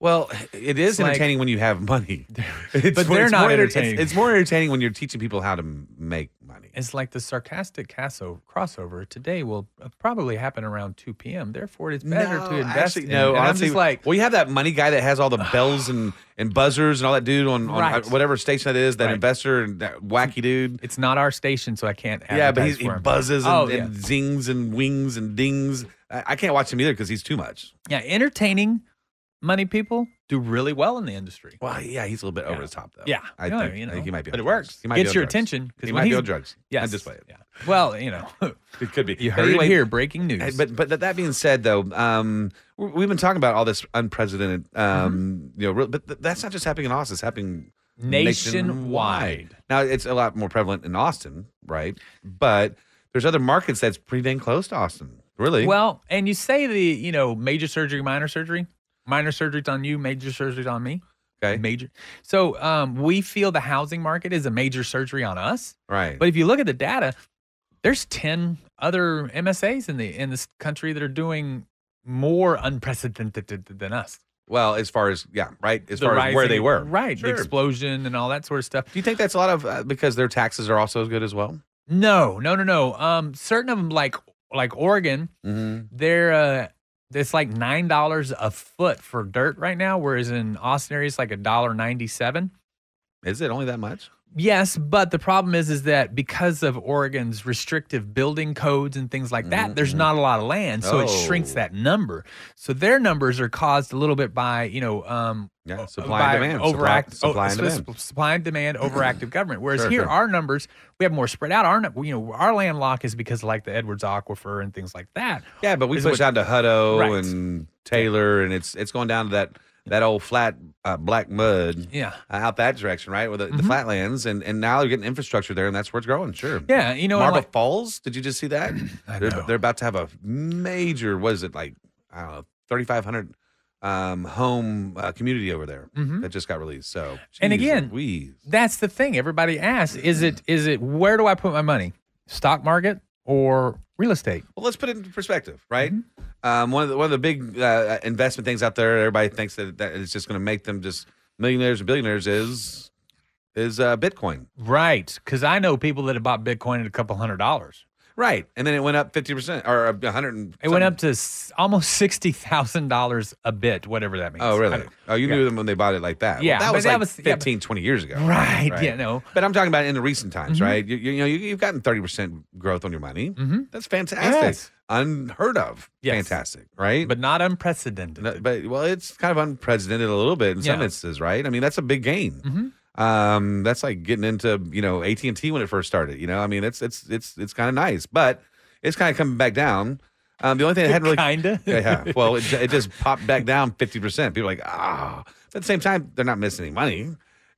Speaker 2: Well, it is
Speaker 1: It's like-
Speaker 2: entertaining when you have money. It's,
Speaker 1: But they're not
Speaker 2: more enter- it's-
Speaker 1: entertaining.
Speaker 2: It's, more entertaining when you're teaching people how to m- make money.
Speaker 1: It's like the sarcastic casso- crossover today will uh, probably happen around 2 p.m. Therefore, it's better to invest.
Speaker 2: actually,
Speaker 1: in.
Speaker 2: no.
Speaker 1: And
Speaker 2: honestly,
Speaker 1: I'm just like,
Speaker 2: well, you have that money guy that has all the bells and, and buzzers and all that dude on, on
Speaker 1: Right.
Speaker 2: whatever station that is, that
Speaker 1: Right.
Speaker 2: investor and that wacky dude.
Speaker 1: it's not our station, so I can't.
Speaker 2: Yeah, but he's,
Speaker 1: advertise
Speaker 2: he
Speaker 1: for him.
Speaker 2: buzzes and,
Speaker 1: oh,
Speaker 2: and zings and wings and dings. I, I can't watch him either because he's too much.
Speaker 1: yeah. yeah, entertaining money people do really well in the industry.
Speaker 2: Well, yeah, he's a little bit over the top though.
Speaker 1: Yeah,
Speaker 2: I,
Speaker 1: No,
Speaker 2: think,
Speaker 1: you
Speaker 2: I think
Speaker 1: know,
Speaker 2: he might be.
Speaker 1: but
Speaker 2: on
Speaker 1: it
Speaker 2: drugs.
Speaker 1: works.
Speaker 2: He might be
Speaker 1: Gets
Speaker 2: on
Speaker 1: your
Speaker 2: drugs.
Speaker 1: attention, 'cause
Speaker 2: He
Speaker 1: when
Speaker 2: might be
Speaker 1: he's-
Speaker 2: on drugs.
Speaker 1: Yes,
Speaker 2: I'm just playing.
Speaker 1: Yeah. Well, you know,
Speaker 2: It could be.
Speaker 1: you
Speaker 2: But
Speaker 1: heard
Speaker 2: anyway,
Speaker 1: it here. Breaking news.
Speaker 2: Hey, But but that, that being said, though, um, we- we've been talking about all this unprecedented,
Speaker 1: Mm-hmm.
Speaker 2: um, you know, real, but th- that's not just happening in Austin. It's happening
Speaker 1: Nationwide.
Speaker 2: Now it's a lot more prevalent in Austin, right? But there's other markets that's pretty dang close to Austin, really.
Speaker 1: well, and you say the you know major surgery, minor surgery, minor surgery's on you, major surgery's on me.
Speaker 2: okay,
Speaker 1: Major. So um, we feel the housing market is a major surgery on us.
Speaker 2: right.
Speaker 1: But if you look at the data, there's 10 other MSAs in the in this country that are doing more unprecedented than us.
Speaker 2: well, as far as yeah, right, as
Speaker 1: The
Speaker 2: far as where
Speaker 1: rising-
Speaker 2: they were,
Speaker 1: Right.
Speaker 2: Sure.
Speaker 1: The explosion and all that sort of stuff.
Speaker 2: Do you think that's a lot of uh, because their taxes are also as good as well?
Speaker 1: No, no, no, no. Um, certain of them like like Oregon,
Speaker 2: Mm-hmm.
Speaker 1: they're uh it's like nine dollars a foot for dirt right now, whereas in Austin area it's like a dollar ninety seven.
Speaker 2: Is it only that much?
Speaker 1: Yes, but the problem is is that because of Oregon's restrictive building codes and things like that, there's not a lot of land, so it shrinks
Speaker 2: Mm-hmm. Oh.
Speaker 1: that number. So their numbers are caused a little bit by you know um,
Speaker 2: Yeah,
Speaker 1: o-
Speaker 2: supply and
Speaker 1: by
Speaker 2: demand.
Speaker 1: overact- oh,
Speaker 2: Supply- supply and
Speaker 1: sp-
Speaker 2: demand.
Speaker 1: supply and demand, overactive government. Whereas
Speaker 2: Sure,
Speaker 1: here,
Speaker 2: sure.
Speaker 1: our numbers we have more spread out. Our nu- you know our land lock is because of like the Edwards Aquifer and things like that.
Speaker 2: Yeah, but we
Speaker 1: is
Speaker 2: push
Speaker 1: what-
Speaker 2: down to Hutto
Speaker 1: Right.
Speaker 2: and Taylor, and it's it's going down to that that old flat uh, black mud.
Speaker 1: Yeah. Mm-hmm.
Speaker 2: uh, out that direction, right? With the, the flatlands, and and now you're getting infrastructure there, and that's where it's growing. Sure.
Speaker 1: Yeah, you know, and
Speaker 2: Marble
Speaker 1: like-
Speaker 2: Falls. Did you just see that? they're, they're about to have a major. What is it like? I don't know, thirty five hundred um home uh, community over there that just got released. So
Speaker 1: Mm-hmm. And
Speaker 2: geez
Speaker 1: again,
Speaker 2: Louise.
Speaker 1: That's the thing. Everybody asks: is it is it where do I put my money? Stock market or real estate?
Speaker 2: Well, let's put it into perspective, right?
Speaker 1: Mm-hmm.
Speaker 2: Um, one of the one of the big uh, investment things out there, everybody thinks that, that it's just going to make them just millionaires and billionaires is is uh, Bitcoin,
Speaker 1: Right, because I know people that have bought Bitcoin at a couple hundred dollars.
Speaker 2: right? And then it went up fifty percent or a hundred. and
Speaker 1: It went
Speaker 2: something.
Speaker 1: up to s- almost sixty thousand dollars a bit, whatever that means.
Speaker 2: Oh,
Speaker 1: I
Speaker 2: really?
Speaker 1: don't-
Speaker 2: Oh, you knew them when they bought it like that. Well,
Speaker 1: Yeah,
Speaker 2: that
Speaker 1: but
Speaker 2: was
Speaker 1: that
Speaker 2: like
Speaker 1: was- yeah, but-
Speaker 2: 15, 20 years ago.
Speaker 1: Right, yeah, no. Mm-hmm.
Speaker 2: But I'm talking about in the recent times, right? You, you know, you, you've gotten 30% growth on your money. That's fantastic.
Speaker 1: Yes.
Speaker 2: Unheard of.
Speaker 1: Yes.
Speaker 2: Fantastic, right?
Speaker 1: but not unprecedented.
Speaker 2: No, but well, it's kind of unprecedented a little bit in some
Speaker 1: Yeah. Mm-hmm.
Speaker 2: instances, right? I mean, that's a big gain. Um, that's like getting into you know AT and T when it first started. You know, I mean, it's it's it's it's kind of nice, but it's kind of coming back down. Um, the only thing that hadn't really
Speaker 1: Kinda.
Speaker 2: yeah, yeah. Well, it, it just popped back down fifty percent. People are like ah, but at the same time, they're not missing any money.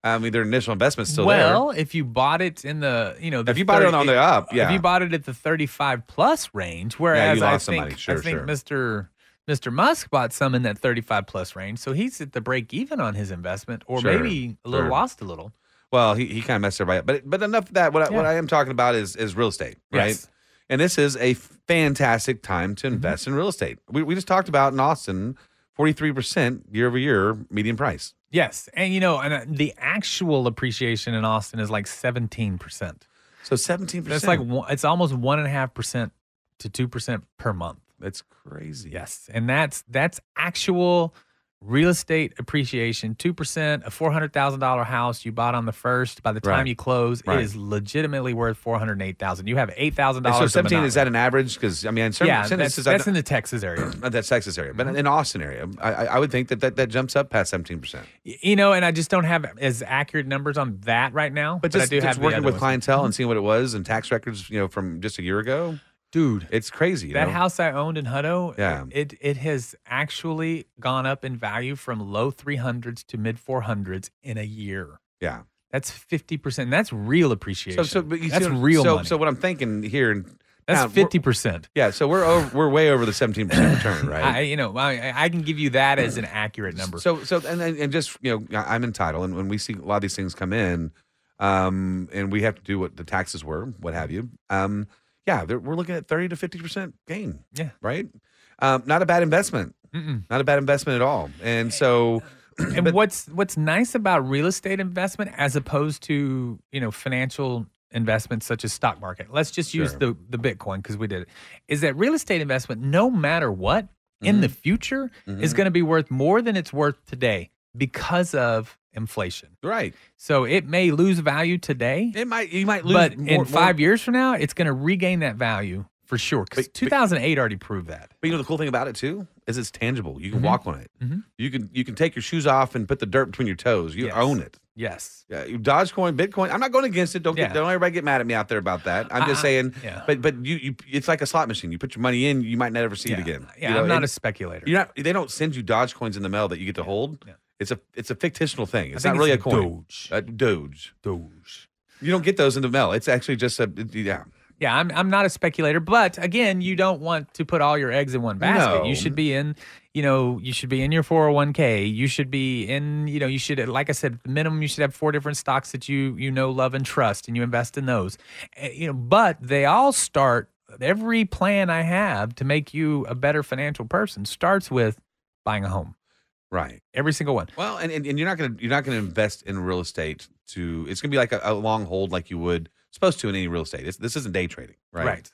Speaker 2: I mean, their initial investment's still
Speaker 1: well, if you bought it in the you know, the
Speaker 2: If you bought it on the up, yeah.
Speaker 1: if you bought it at the thirty-five plus range, whereas I think
Speaker 2: lost some money. Sure,
Speaker 1: I think
Speaker 2: sure.
Speaker 1: Mister Mister Musk bought some in that thirty-five plus range, so he's at the break even on his investment, or
Speaker 2: Sure,
Speaker 1: maybe a little
Speaker 2: sure.
Speaker 1: lost a little.
Speaker 2: Well, he, he kind of messed everybody up. But but enough of that. What I, what
Speaker 1: Yeah.
Speaker 2: I am talking about is is real estate, right?
Speaker 1: Yes. Mm-hmm.
Speaker 2: And this is a fantastic time to invest in real estate. We, we just talked about in Austin, 43% year over year median price.
Speaker 1: Yes, and you know, and uh, the actual appreciation in Austin is like seventeen percent.
Speaker 2: So seventeen percent.
Speaker 1: That's like one, it's almost one and a half percent to two percent per month.
Speaker 2: That's crazy.
Speaker 1: Yes, and that's that's actual real estate appreciation. Two percent, a four hundred thousand dollar house you bought on the first. By the time
Speaker 2: Right.
Speaker 1: you close,
Speaker 2: Right.
Speaker 1: it is legitimately worth four hundred eight thousand. You have eight thousand
Speaker 2: And
Speaker 1: dollars.
Speaker 2: so 17 is that an average? Because I mean, in certain
Speaker 1: yeah, that's,
Speaker 2: sentences, I
Speaker 1: that's Mm-hmm. in
Speaker 2: know-
Speaker 1: the Texas area.
Speaker 2: not uh, that Texas area, but in Austin area, I, I I would think that, that that jumps up past seventeen percent.
Speaker 1: Y- You know, and I just don't have as accurate numbers on that right now.
Speaker 2: But just,
Speaker 1: I do
Speaker 2: just
Speaker 1: have the
Speaker 2: working
Speaker 1: other Mm-hmm.
Speaker 2: with
Speaker 1: ones.
Speaker 2: clientele and seeing what it was and tax records, you know, from just a year ago,
Speaker 1: dude.
Speaker 2: it's crazy. you
Speaker 1: that
Speaker 2: know?
Speaker 1: house I owned in Hutto,
Speaker 2: Yeah.
Speaker 1: it it has actually gone up in value from low 300s to mid 400s in a year.
Speaker 2: yeah.
Speaker 1: That's 50%. That's real
Speaker 2: So,
Speaker 1: appreciation.
Speaker 2: so but you see
Speaker 1: that's
Speaker 2: what-
Speaker 1: real
Speaker 2: So,
Speaker 1: money.
Speaker 2: so what I'm thinking here, in town,
Speaker 1: that's
Speaker 2: we're-
Speaker 1: 50%.
Speaker 2: Yeah, so we're over, we're way over the seventeen percent return, right?
Speaker 1: I, you know, I, I can give you that as an accurate number.
Speaker 2: So so and and and just you know I- I'm entitled, and when we see a lot of these things come in, um, and we have to do what the taxes were, what have you, um, yeah, they're- we're looking at thirty to fifty percent gain.
Speaker 1: Yeah.
Speaker 2: right. Um, not a bad investment. Not a bad investment at all. And so
Speaker 1: and what's what's nice about real estate investment as opposed to you know financial investments such as stock market let's just use
Speaker 2: Sure.
Speaker 1: the the bitcoin because we did it is that real estate investment no matter what in
Speaker 2: Mm-hmm.
Speaker 1: the future is going to be worth more than it's worth today because of inflation
Speaker 2: right,
Speaker 1: so it may lose value today
Speaker 2: it might you might lose,
Speaker 1: but
Speaker 2: more-
Speaker 1: in five
Speaker 2: more-
Speaker 1: years from now it's going to regain that value for sure because
Speaker 2: But- but-
Speaker 1: 2008 already proved that
Speaker 2: But you know the cool thing about it too is it's tangible. You can
Speaker 1: Mm-hmm.
Speaker 2: walk on it. You can you can take your shoes off and put the dirt between your toes. You
Speaker 1: Yes.
Speaker 2: own it.
Speaker 1: yes
Speaker 2: Yeah, you Dogecoin, Bitcoin. I'm not going against it. Don't
Speaker 1: Yeah.
Speaker 2: get, don't everybody get mad at me out there about that. I'm just
Speaker 1: I-
Speaker 2: saying.
Speaker 1: yeah.
Speaker 2: But but you, you it's like a slot machine. You put your money in, you might not ever see it
Speaker 1: yeah,
Speaker 2: again.
Speaker 1: yeah
Speaker 2: You know,
Speaker 1: i'm not
Speaker 2: it-
Speaker 1: a speculator
Speaker 2: You're not. They don't send you Dogecoins in the mail that you get to hold.
Speaker 1: yeah.
Speaker 2: It's a it's a fictional thing. It's
Speaker 1: think
Speaker 2: not really
Speaker 1: it's
Speaker 2: a coin.
Speaker 1: Doge.
Speaker 2: A Doge.
Speaker 1: Doge.
Speaker 2: You don't get those in the mail. It's actually just a yeah.
Speaker 1: Yeah, I'm I'm not a speculator, but again, you don't want to put all your eggs in one basket.
Speaker 2: No.
Speaker 1: You should be in, you know, you should be in your 401k. You should be in, you know, you should like I said, minimum you should have four different stocks that you you know love and trust and you invest in those. Eh, You know, but they all start every plan I have to make you a better financial person starts with buying a home.
Speaker 2: Right.
Speaker 1: Every single one.
Speaker 2: Well, and, and, and you're not gonna you're not gonna invest in real estate to. It's gonna be like a, a long hold, like you would supposed to in any real estate. It's, this isn't day trading, right?
Speaker 1: Right.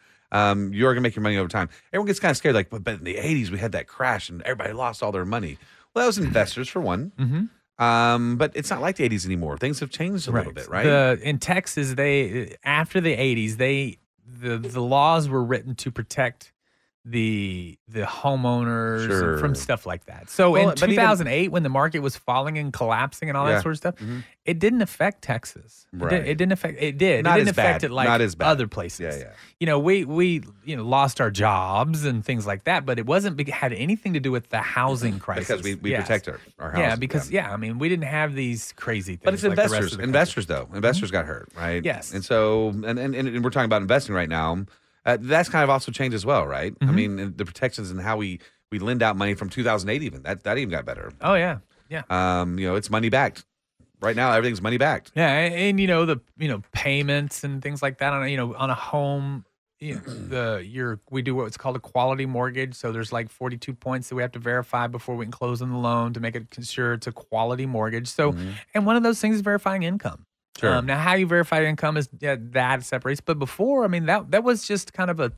Speaker 2: Um, you're gonna make your money over time. Everyone gets kind of scared, like, but, but in the '80s we had that crash and everybody lost all their money. Well, that was investors for one. Mm-hmm. Um, but it's not like the '80s anymore. Things have changed a little bit, right?
Speaker 1: The, in Texas, they after the '80s, they the the laws were written to protect the the homeowners and
Speaker 2: Sure.
Speaker 1: from stuff like that. So
Speaker 2: Well,
Speaker 1: in
Speaker 2: but even-
Speaker 1: 2008, when the market was falling and collapsing and all
Speaker 2: Yeah.
Speaker 1: that sort of stuff,
Speaker 2: Mm-hmm.
Speaker 1: it didn't affect Texas. It,
Speaker 2: Right.
Speaker 1: did, it didn't affect. It did.
Speaker 2: Not
Speaker 1: it didn't
Speaker 2: as
Speaker 1: affect
Speaker 2: bad.
Speaker 1: it like
Speaker 2: Not as bad.
Speaker 1: other places.
Speaker 2: Yeah, yeah.
Speaker 1: You know, we we you know lost our jobs and things like that, but it wasn't big, had anything to do with the housing crisis
Speaker 2: because we, we
Speaker 1: Yes.
Speaker 2: protect our, our house.
Speaker 1: Yeah, because yeah. I mean, we didn't have these crazy things.
Speaker 2: But it's
Speaker 1: like the rest
Speaker 2: investors.
Speaker 1: of the country. Mm-hmm.
Speaker 2: investors, though, investors got hurt, right?
Speaker 1: Yes.
Speaker 2: And so, and and, and we're talking about investing right now. Uh, that's kind of also changed as well, right?
Speaker 1: Mm-hmm.
Speaker 2: I mean, the protections and how we we lend out money from 2008, even that that even got better.
Speaker 1: Oh yeah, yeah,
Speaker 2: Um, you know, it's money backed. Right now, everything's money backed.
Speaker 1: yeah, and, and, you know the you know payments and things like that on a, you know on a home. You know, the your we do what's called a quality mortgage. So there's like 42 points that we have to verify before we can close on the loan to make it con- sure it's a quality mortgage. So and one of those things is verifying income. Um,
Speaker 2: Sure.
Speaker 1: now, how you verify income is yeah, that separates. But before, I mean that that was just kind of a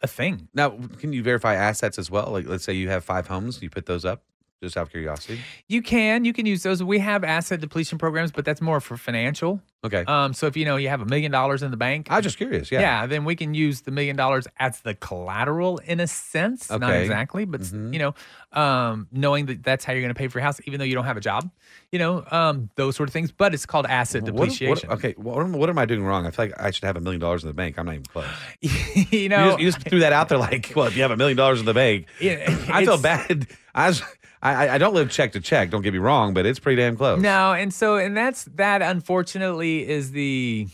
Speaker 1: a thing.
Speaker 2: Now, can you verify assets as well? Like, let's say you have five homes, you put those up. Just out of curiosity.
Speaker 1: You can you can use those. We have asset depletion programs, but that's more for financial.
Speaker 2: Okay.
Speaker 1: Um, so if you know you have a million dollars in the bank,
Speaker 2: I was just curious.
Speaker 1: Yeah.
Speaker 2: Yeah.
Speaker 1: then we can use the million dollars as the collateral in a sense, not
Speaker 2: Okay. Mm-hmm.
Speaker 1: exactly, but you know, um, knowing that that's how you're going to pay for your house, even though you don't have a job, you know, um, those sort of things. But it's called asset
Speaker 2: What- what-
Speaker 1: depreciation.
Speaker 2: okay. What, am- what am I doing wrong? I feel like I should have a million dollars in the bank. I'm not even close.
Speaker 1: you know,
Speaker 2: you, just, you just threw that out there like, well, if you have a million dollars in the bank,
Speaker 1: Yeah,
Speaker 2: I feel
Speaker 1: it's-
Speaker 2: bad. I, was, I I- I don't live check to check. Don't get me wrong, but it's pretty damn close.
Speaker 1: No, and so and that's that unfortunately is the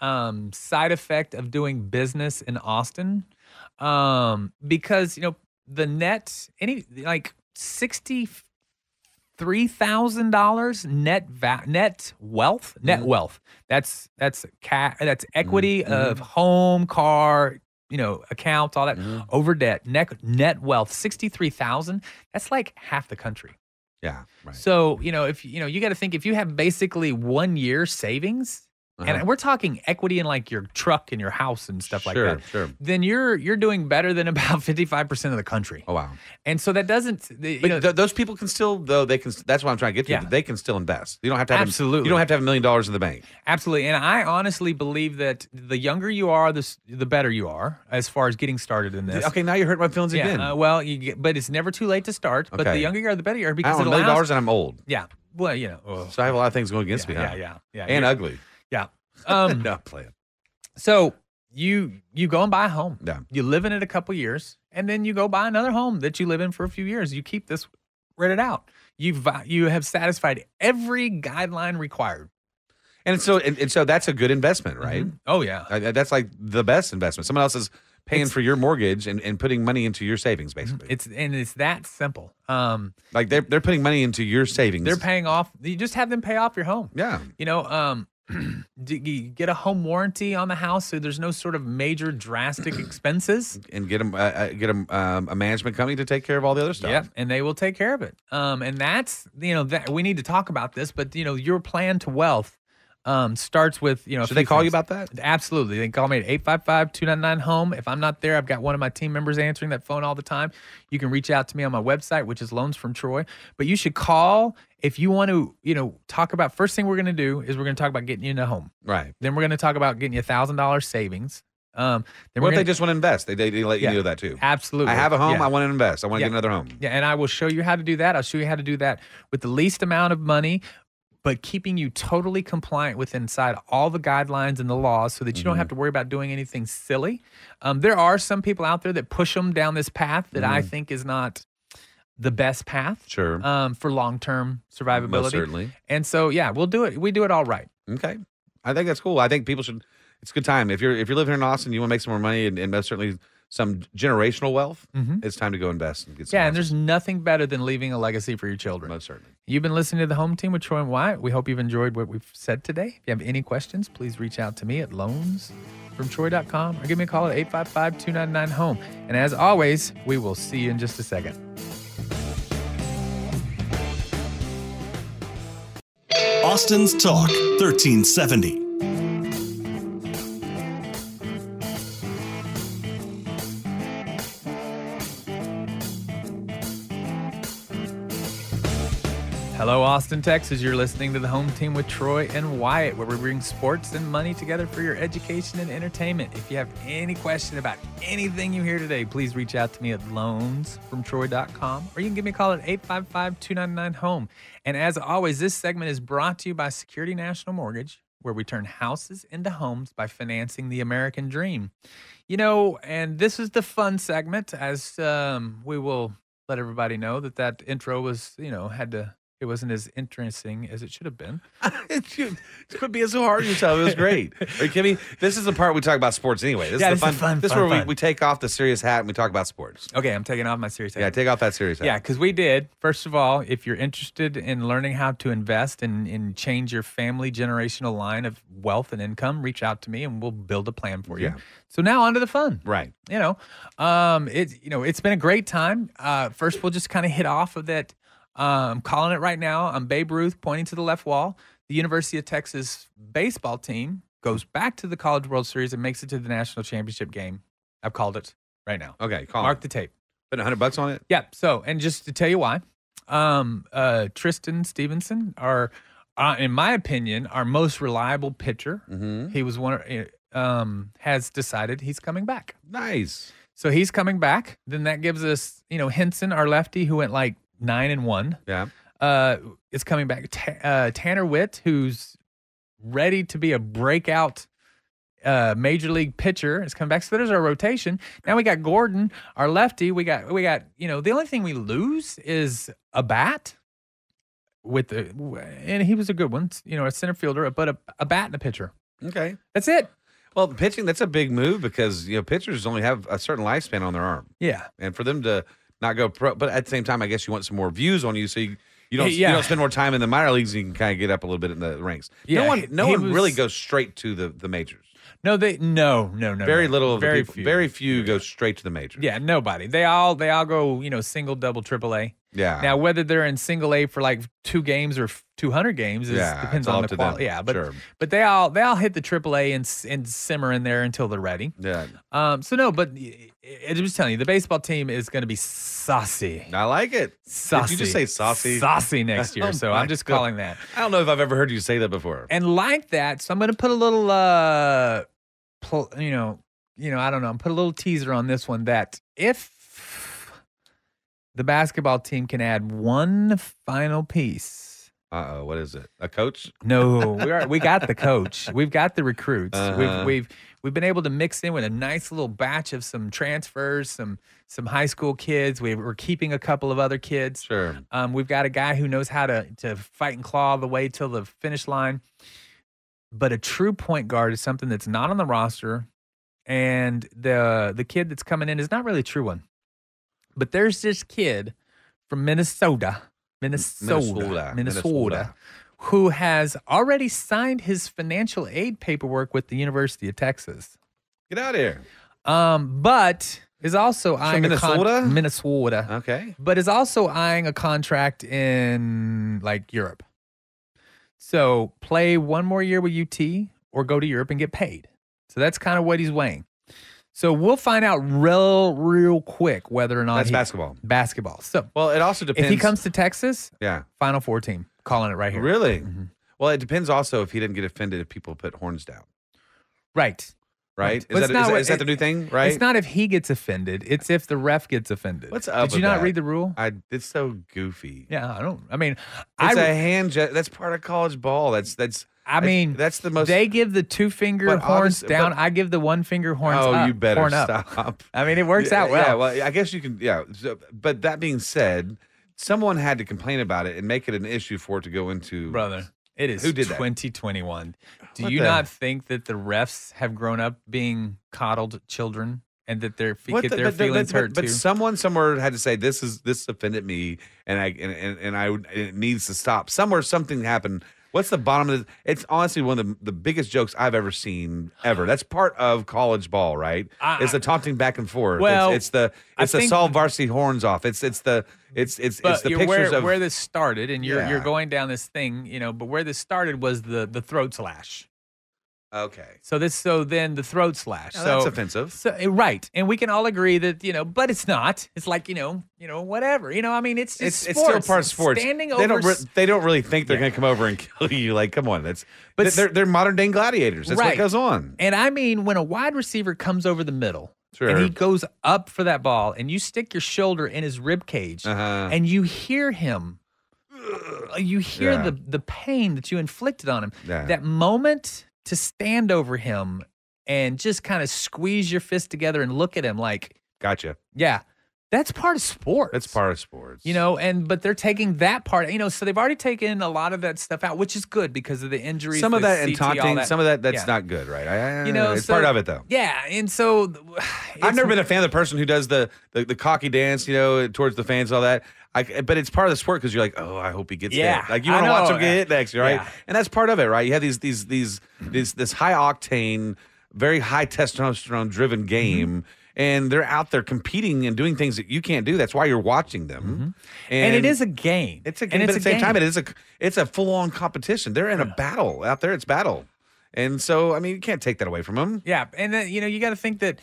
Speaker 1: um side effect of doing business in Austin. Um because you know the net any like sixty three thousand dollars net va- net wealth net wealth that's that's ca- that's equity of home car you know account, all that over debt, net net wealth sixty three thousand. That's like half the country.
Speaker 2: Yeah. Right.
Speaker 1: So you know if you know you got to think if you have basically one year savings,
Speaker 2: Uh-huh.
Speaker 1: and we're talking equity in like your truck and your house and stuff
Speaker 2: Sure,
Speaker 1: like that.
Speaker 2: sure.
Speaker 1: Then you're you're doing better than about fifty five percent of the country.
Speaker 2: Oh wow.
Speaker 1: And so that doesn't the- you
Speaker 2: But
Speaker 1: know
Speaker 2: th- those people can still, though they can. That's what I'm trying to get to.
Speaker 1: Yeah.
Speaker 2: that They can still invest. You don't have to have a-
Speaker 1: Absolutely.
Speaker 2: you don't have to have a million dollars in the bank.
Speaker 1: Absolutely, and I honestly believe that the younger you are, the s- the better you are as far as getting started in this.
Speaker 2: Okay, now you hurt my feelings
Speaker 1: yeah.
Speaker 2: again.
Speaker 1: uh, well, you get, but it's never too late to start. But the
Speaker 2: Okay.
Speaker 1: younger you are, the better you are
Speaker 2: I
Speaker 1: because
Speaker 2: own a
Speaker 1: it
Speaker 2: million
Speaker 1: allows.
Speaker 2: dollars and I'm old,
Speaker 1: yeah. Well, you know. well,
Speaker 2: so I have a lot of things going against
Speaker 1: yeah,
Speaker 2: me.
Speaker 1: yeah,
Speaker 2: huh?
Speaker 1: yeah, yeah,
Speaker 2: and
Speaker 1: you're-
Speaker 2: ugly.
Speaker 1: yeah. Um,
Speaker 2: Not playing.
Speaker 1: So you you go and buy a home.
Speaker 2: Yeah.
Speaker 1: You live in it a couple years, and then you go buy another home that you live in for a few years. You keep this rented out. You have you have satisfied every guideline required.
Speaker 2: And so, and, and so that's a good investment, right?
Speaker 1: Oh yeah.
Speaker 2: I- I- that's like the best investment. Someone else is paying for your mortgage and, and putting money into your savings, basically.
Speaker 1: It's and it's that simple. Um,
Speaker 2: like they're they're putting money into your savings.
Speaker 1: they're paying off. You just have them pay off your home.
Speaker 2: yeah.
Speaker 1: You know, um, do you get a home warranty on the house, so there's no sort of major drastic expenses.
Speaker 2: and get them uh, uh, get 'em, um, a management company to take care of all the other stuff.
Speaker 1: Yep, and they will take care of it. Um, and that's you know that we need to talk about this, but you know your plan to wealth um starts with you know. a
Speaker 2: Should they
Speaker 1: few
Speaker 2: call you
Speaker 1: things.
Speaker 2: about that?
Speaker 1: Absolutely. They can call me at 855 299 home. If I'm not there, I've got one of my team members answering that phone all the time. You can reach out to me on my website, which is Loans from Troy. But you should call if you want to, you know, talk about first thing we're going to do is we're going to talk about getting you into a home.
Speaker 2: Right.
Speaker 1: Then we're going to talk about getting you a $1,000 savings. Um, then
Speaker 2: What
Speaker 1: we're
Speaker 2: if they
Speaker 1: gonna-
Speaker 2: just want to invest? They, they, they let you
Speaker 1: Yeah.
Speaker 2: know that too.
Speaker 1: Absolutely.
Speaker 2: I have a home.
Speaker 1: Yeah.
Speaker 2: I want to invest. I want to
Speaker 1: Yeah.
Speaker 2: get another home.
Speaker 1: Yeah, and I will show you how to do that. I'll show you how to do that with the least amount of money, but keeping you totally compliant with inside all the guidelines and the laws so that you
Speaker 2: Mm-hmm.
Speaker 1: don't have to worry about doing anything silly. Um, there are some people out there that push them down this path that I think is not the best path
Speaker 2: Mm-hmm. Sure.
Speaker 1: um, for long term survivability.
Speaker 2: certainly.
Speaker 1: And so, yeah, we'll do it. We do it all right.
Speaker 2: Okay. I think that's cool. I think people should. It's a good time if you're if you're living here in Austin, you want to make some more money and, and most certainly some generational wealth. It's time to go invest and get some.
Speaker 1: Mm-hmm. Yeah, and
Speaker 2: houses.
Speaker 1: there's nothing better than leaving a legacy for your children.
Speaker 2: most certainly.
Speaker 1: You've been listening to The Home Team with Troy and Wyatt. We hope you've enjoyed what we've said today. If you have any questions, please reach out to me at loansfromtroy.com or give me a call at 855 299 HOME. E. And as always, we will see you in just a second.
Speaker 3: Austin's Talk 1370.
Speaker 1: Hello, Austin, Texas. You're listening to The Home Team with Troy and Wyatt, where we bring sports and money together for your education and entertainment. If you have any question about anything you hear today, please reach out to me at loansfromtroy.com or you can give me a call at 855 299 HOME. And as always, this segment is brought to you by Security National Mortgage, where we turn houses into homes by financing the American dream. You know, and this is the fun segment, as um, we will let everybody know that that intro was, you know, had to. It wasn't as interesting as it should have been.
Speaker 2: Dude, quit being so hard on yourself. It was great. Are you kidding me? This is the part we talk about sports anyway. This
Speaker 1: Yeah, this
Speaker 2: is the fun.
Speaker 1: is fun,
Speaker 2: this
Speaker 1: fun,
Speaker 2: is where
Speaker 1: fun.
Speaker 2: We, we take off the serious hat and we talk about sports.
Speaker 1: Okay, I'm taking off my serious.
Speaker 2: Yeah,
Speaker 1: hat.
Speaker 2: take off that serious hat.
Speaker 1: Yeah, because we did. First of all, if you're interested in learning how to invest and, and change your family generational line of wealth and income, reach out to me and we'll build a plan for you.
Speaker 2: Yeah.
Speaker 1: So now on to the fun.
Speaker 2: Right.
Speaker 1: You know, um, it's you know, it's been a great time. Uh, first, we'll just kind of hit off of that. Uh, I'm calling it right now. I'm Babe Ruth pointing to the left wall. The University of Texas baseball team goes back to the College World Series and makes it to the national championship game. I've called it right now.
Speaker 2: Okay. Call
Speaker 1: Mark
Speaker 2: Mark.
Speaker 1: the tape.
Speaker 2: Put hundred bucks on it.
Speaker 1: Yeah. So, and just to tell you why, um, uh, Tristan Stevenson, are, uh, in my opinion, our most reliable pitcher.
Speaker 2: Mm-hmm.
Speaker 1: He was one. of- Um, has decided he's coming back.
Speaker 2: Nice.
Speaker 1: So he's coming back. Then that gives us, you know, Henson, our lefty, who went like nine and one,
Speaker 2: Yeah.
Speaker 1: uh, is coming back. Ta- uh, Tanner Witt, who's ready to be a breakout uh, major league pitcher, is coming back. So there's our rotation. Now we got Gordon, our lefty. We got we got you know the only thing we lose is a bat. With the and he was a good one, you know, a center fielder, but a, a bat and a pitcher.
Speaker 2: Okay.
Speaker 1: That's it.
Speaker 2: Well, pitching that's a big move because you know pitchers only have a certain lifespan on their arm,
Speaker 1: Yeah.
Speaker 2: and for them to not go pro, but at the same time, I guess you want some more views on you, so you. You don't,
Speaker 1: Yeah.
Speaker 2: you don't spend more time in the minor leagues. You can kind of get up a little bit in the ranks.
Speaker 1: Yeah,
Speaker 2: no one,
Speaker 1: he-
Speaker 2: no
Speaker 1: he
Speaker 2: one really
Speaker 1: was-
Speaker 2: goes straight to the, the majors.
Speaker 1: No, they no no no.
Speaker 2: Very
Speaker 1: no.
Speaker 2: little of
Speaker 1: very
Speaker 2: the people,
Speaker 1: few.
Speaker 2: very few go straight to the major.
Speaker 1: Yeah, nobody. They all they all go you know single, double, triple A.
Speaker 2: Yeah.
Speaker 1: Now whether they're in single A for like two games or two hundred games is,
Speaker 2: Yeah, it's
Speaker 1: depends
Speaker 2: all
Speaker 1: on
Speaker 2: up
Speaker 1: the
Speaker 2: to them.
Speaker 1: quality. Yeah, but
Speaker 2: Sure.
Speaker 1: but they all they all hit the triple A and s- and simmer in there until they're ready.
Speaker 2: yeah.
Speaker 1: Um. So no, but i- i- I'm just telling you, the baseball team is going to be saucy.
Speaker 2: I like it.
Speaker 1: Saucy.
Speaker 2: Did you just say saucy?
Speaker 1: Saucy next year.
Speaker 2: Oh
Speaker 1: so
Speaker 2: my
Speaker 1: I'm just
Speaker 2: God.
Speaker 1: calling that.
Speaker 2: I don't know if I've ever heard you say that before.
Speaker 1: And like that, so I'm going to put a little, uh, pl- you know, you know, I don't know, I'm put a little teaser on this one that if the basketball team can add one final piece.
Speaker 2: Uh oh, what is it? A coach?
Speaker 1: No, we are, we got the coach. We've got the recruits.
Speaker 2: Uh-huh.
Speaker 1: We've we've we've been able to mix in with a nice little batch of some transfers, some some high school kids. We, we're keeping a couple of other kids.
Speaker 2: Sure.
Speaker 1: Um, we've got a guy who knows how to to fight and claw the way till the finish line. But a true point guard is something that's not on the roster, and the the kid that's coming in is not really a true one. But there's this kid from Minnesota, Minnesota,
Speaker 2: Minnesota,
Speaker 1: Minnesota,
Speaker 2: Minnesota.
Speaker 1: who has already signed his financial aid paperwork with the University of Texas.
Speaker 2: Get out of here.
Speaker 1: Um, but is also eyeing a con-
Speaker 2: Minnesota?
Speaker 1: Minnesota
Speaker 2: Okay.
Speaker 1: but is also eyeing a contract in like Europe. So play one more year with UT or go to Europe and get paid. So that's kind of what he's weighing. So we'll find out real, real quick whether or not
Speaker 2: That's
Speaker 1: he-
Speaker 2: basketball.
Speaker 1: Basketball. So
Speaker 2: Well, it also depends.
Speaker 1: if he comes to Texas,
Speaker 2: yeah.
Speaker 1: Final Four team, calling it right here. Mm-hmm.
Speaker 2: Really? Well, it depends also if he didn't get offended if people put horns down,
Speaker 1: Right.
Speaker 2: right?
Speaker 1: But it's
Speaker 2: Is that,
Speaker 1: not
Speaker 2: is that,
Speaker 1: what-
Speaker 2: is that the
Speaker 1: it-
Speaker 2: new thing, right?
Speaker 1: It's not if he gets offended; it's if the ref gets offended.
Speaker 2: What's up
Speaker 1: Did you
Speaker 2: with
Speaker 1: not
Speaker 2: that?
Speaker 1: read the rule?
Speaker 2: I, it's so goofy.
Speaker 1: yeah, I don't. I mean,
Speaker 2: It's
Speaker 1: I
Speaker 2: a hand. ge- that's part of college ball. That's that's.
Speaker 1: I mean,
Speaker 2: that's the most.
Speaker 1: They give the two finger
Speaker 2: But
Speaker 1: horns
Speaker 2: honest-
Speaker 1: down.
Speaker 2: but-
Speaker 1: I give the one finger horns
Speaker 2: oh,
Speaker 1: up.
Speaker 2: you better
Speaker 1: horn up.
Speaker 2: stop.
Speaker 1: I mean, it works
Speaker 2: Yeah,
Speaker 1: out well.
Speaker 2: Yeah, well, I guess you can. Yeah, so- but that being said, someone had to complain about it and make it an issue for it to go into.
Speaker 1: Brother, it is
Speaker 2: Who did that?
Speaker 1: 2021. Do
Speaker 2: What
Speaker 1: you
Speaker 2: the-
Speaker 1: not think that the refs have grown up being coddled children and that their feet
Speaker 2: What
Speaker 1: get
Speaker 2: the-
Speaker 1: their
Speaker 2: but, but-
Speaker 1: feelings
Speaker 2: but-
Speaker 1: hurt
Speaker 2: but
Speaker 1: too?
Speaker 2: someone somewhere had to say this is this offended me, and I and and, and I would- it needs to stop. Somewhere something happened. What's the bottom of this? It's honestly one of the, the biggest jokes I've ever seen ever. That's part of college ball, right?
Speaker 1: I-
Speaker 2: it's the taunting back and forth.
Speaker 1: Well,
Speaker 2: it's, it's the
Speaker 1: I
Speaker 2: it's the
Speaker 1: think-
Speaker 2: saw varsity horns off. It's it's the it's it's
Speaker 1: but
Speaker 2: it's the
Speaker 1: you're-
Speaker 2: pictures
Speaker 1: where,
Speaker 2: of
Speaker 1: where this started, and you're you're
Speaker 2: Yeah.
Speaker 1: going down this thing, you know. But where this started was the the throat slash.
Speaker 2: okay.
Speaker 1: So this, so then the throat slash.
Speaker 2: Now,
Speaker 1: so
Speaker 2: Oh, that's offensive.
Speaker 1: So eh, right, and we can all agree that you know, but it's not. It's like you know, you know, whatever. You know, I mean, it's just
Speaker 2: it's, it's still
Speaker 1: sports.
Speaker 2: part of sports.
Speaker 1: Standing
Speaker 2: they
Speaker 1: over,
Speaker 2: don't re-
Speaker 1: s-
Speaker 2: they don't really think they're going to come over and kill you. Like, come on, that's
Speaker 1: But
Speaker 2: but
Speaker 1: s-
Speaker 2: they're they're modern day gladiators. That's what
Speaker 1: Right.
Speaker 2: goes on.
Speaker 1: and I mean, when a wide receiver comes over the middle
Speaker 2: Sure.
Speaker 1: and he goes up for that ball, and you stick your shoulder in his rib cage,
Speaker 2: Uh-huh.
Speaker 1: and you hear him, uh, you hear
Speaker 2: Yeah.
Speaker 1: the the pain that you inflicted on him.
Speaker 2: Yeah.
Speaker 1: That moment to stand over him and just kind of squeeze your fist together and look at him like,
Speaker 2: Gotcha.
Speaker 1: yeah, that's part of sports.
Speaker 2: That's part of sports.
Speaker 1: You know, and but they're taking that part, you know, so they've already taken a lot of that stuff out, which is good because of the injuries.
Speaker 2: some of
Speaker 1: the
Speaker 2: that and
Speaker 1: CT, all
Speaker 2: taunting, some of that that's
Speaker 1: Yeah.
Speaker 2: not good, right? I, I-
Speaker 1: You know,
Speaker 2: it's
Speaker 1: so-
Speaker 2: part of it though.
Speaker 1: Yeah, and so
Speaker 2: I've never been a fan of the person who does the the, the cocky dance, you know, towards the fans, and all that. I, but it's part of the sport because you're like, oh, I hope he gets
Speaker 1: Yeah,
Speaker 2: hit. Like you
Speaker 1: I
Speaker 2: want to watch
Speaker 1: know.
Speaker 2: him get hit next, right?
Speaker 1: Yeah.
Speaker 2: And that's part of it, right? You have these these these these this high octane, very high testosterone
Speaker 1: Mm-hmm.
Speaker 2: driven game. And they're out there competing and doing things that you can't do. That's why you're watching them.
Speaker 1: Mm-hmm. and, it is a game.
Speaker 2: it's a
Speaker 1: And
Speaker 2: game, but at the
Speaker 1: a
Speaker 2: same time, it
Speaker 1: game.
Speaker 2: is a it's a full on competition. They're in a battle out there. It's battle, and so I mean, you can't take that away from them.
Speaker 1: Yeah, and then you know you got to think that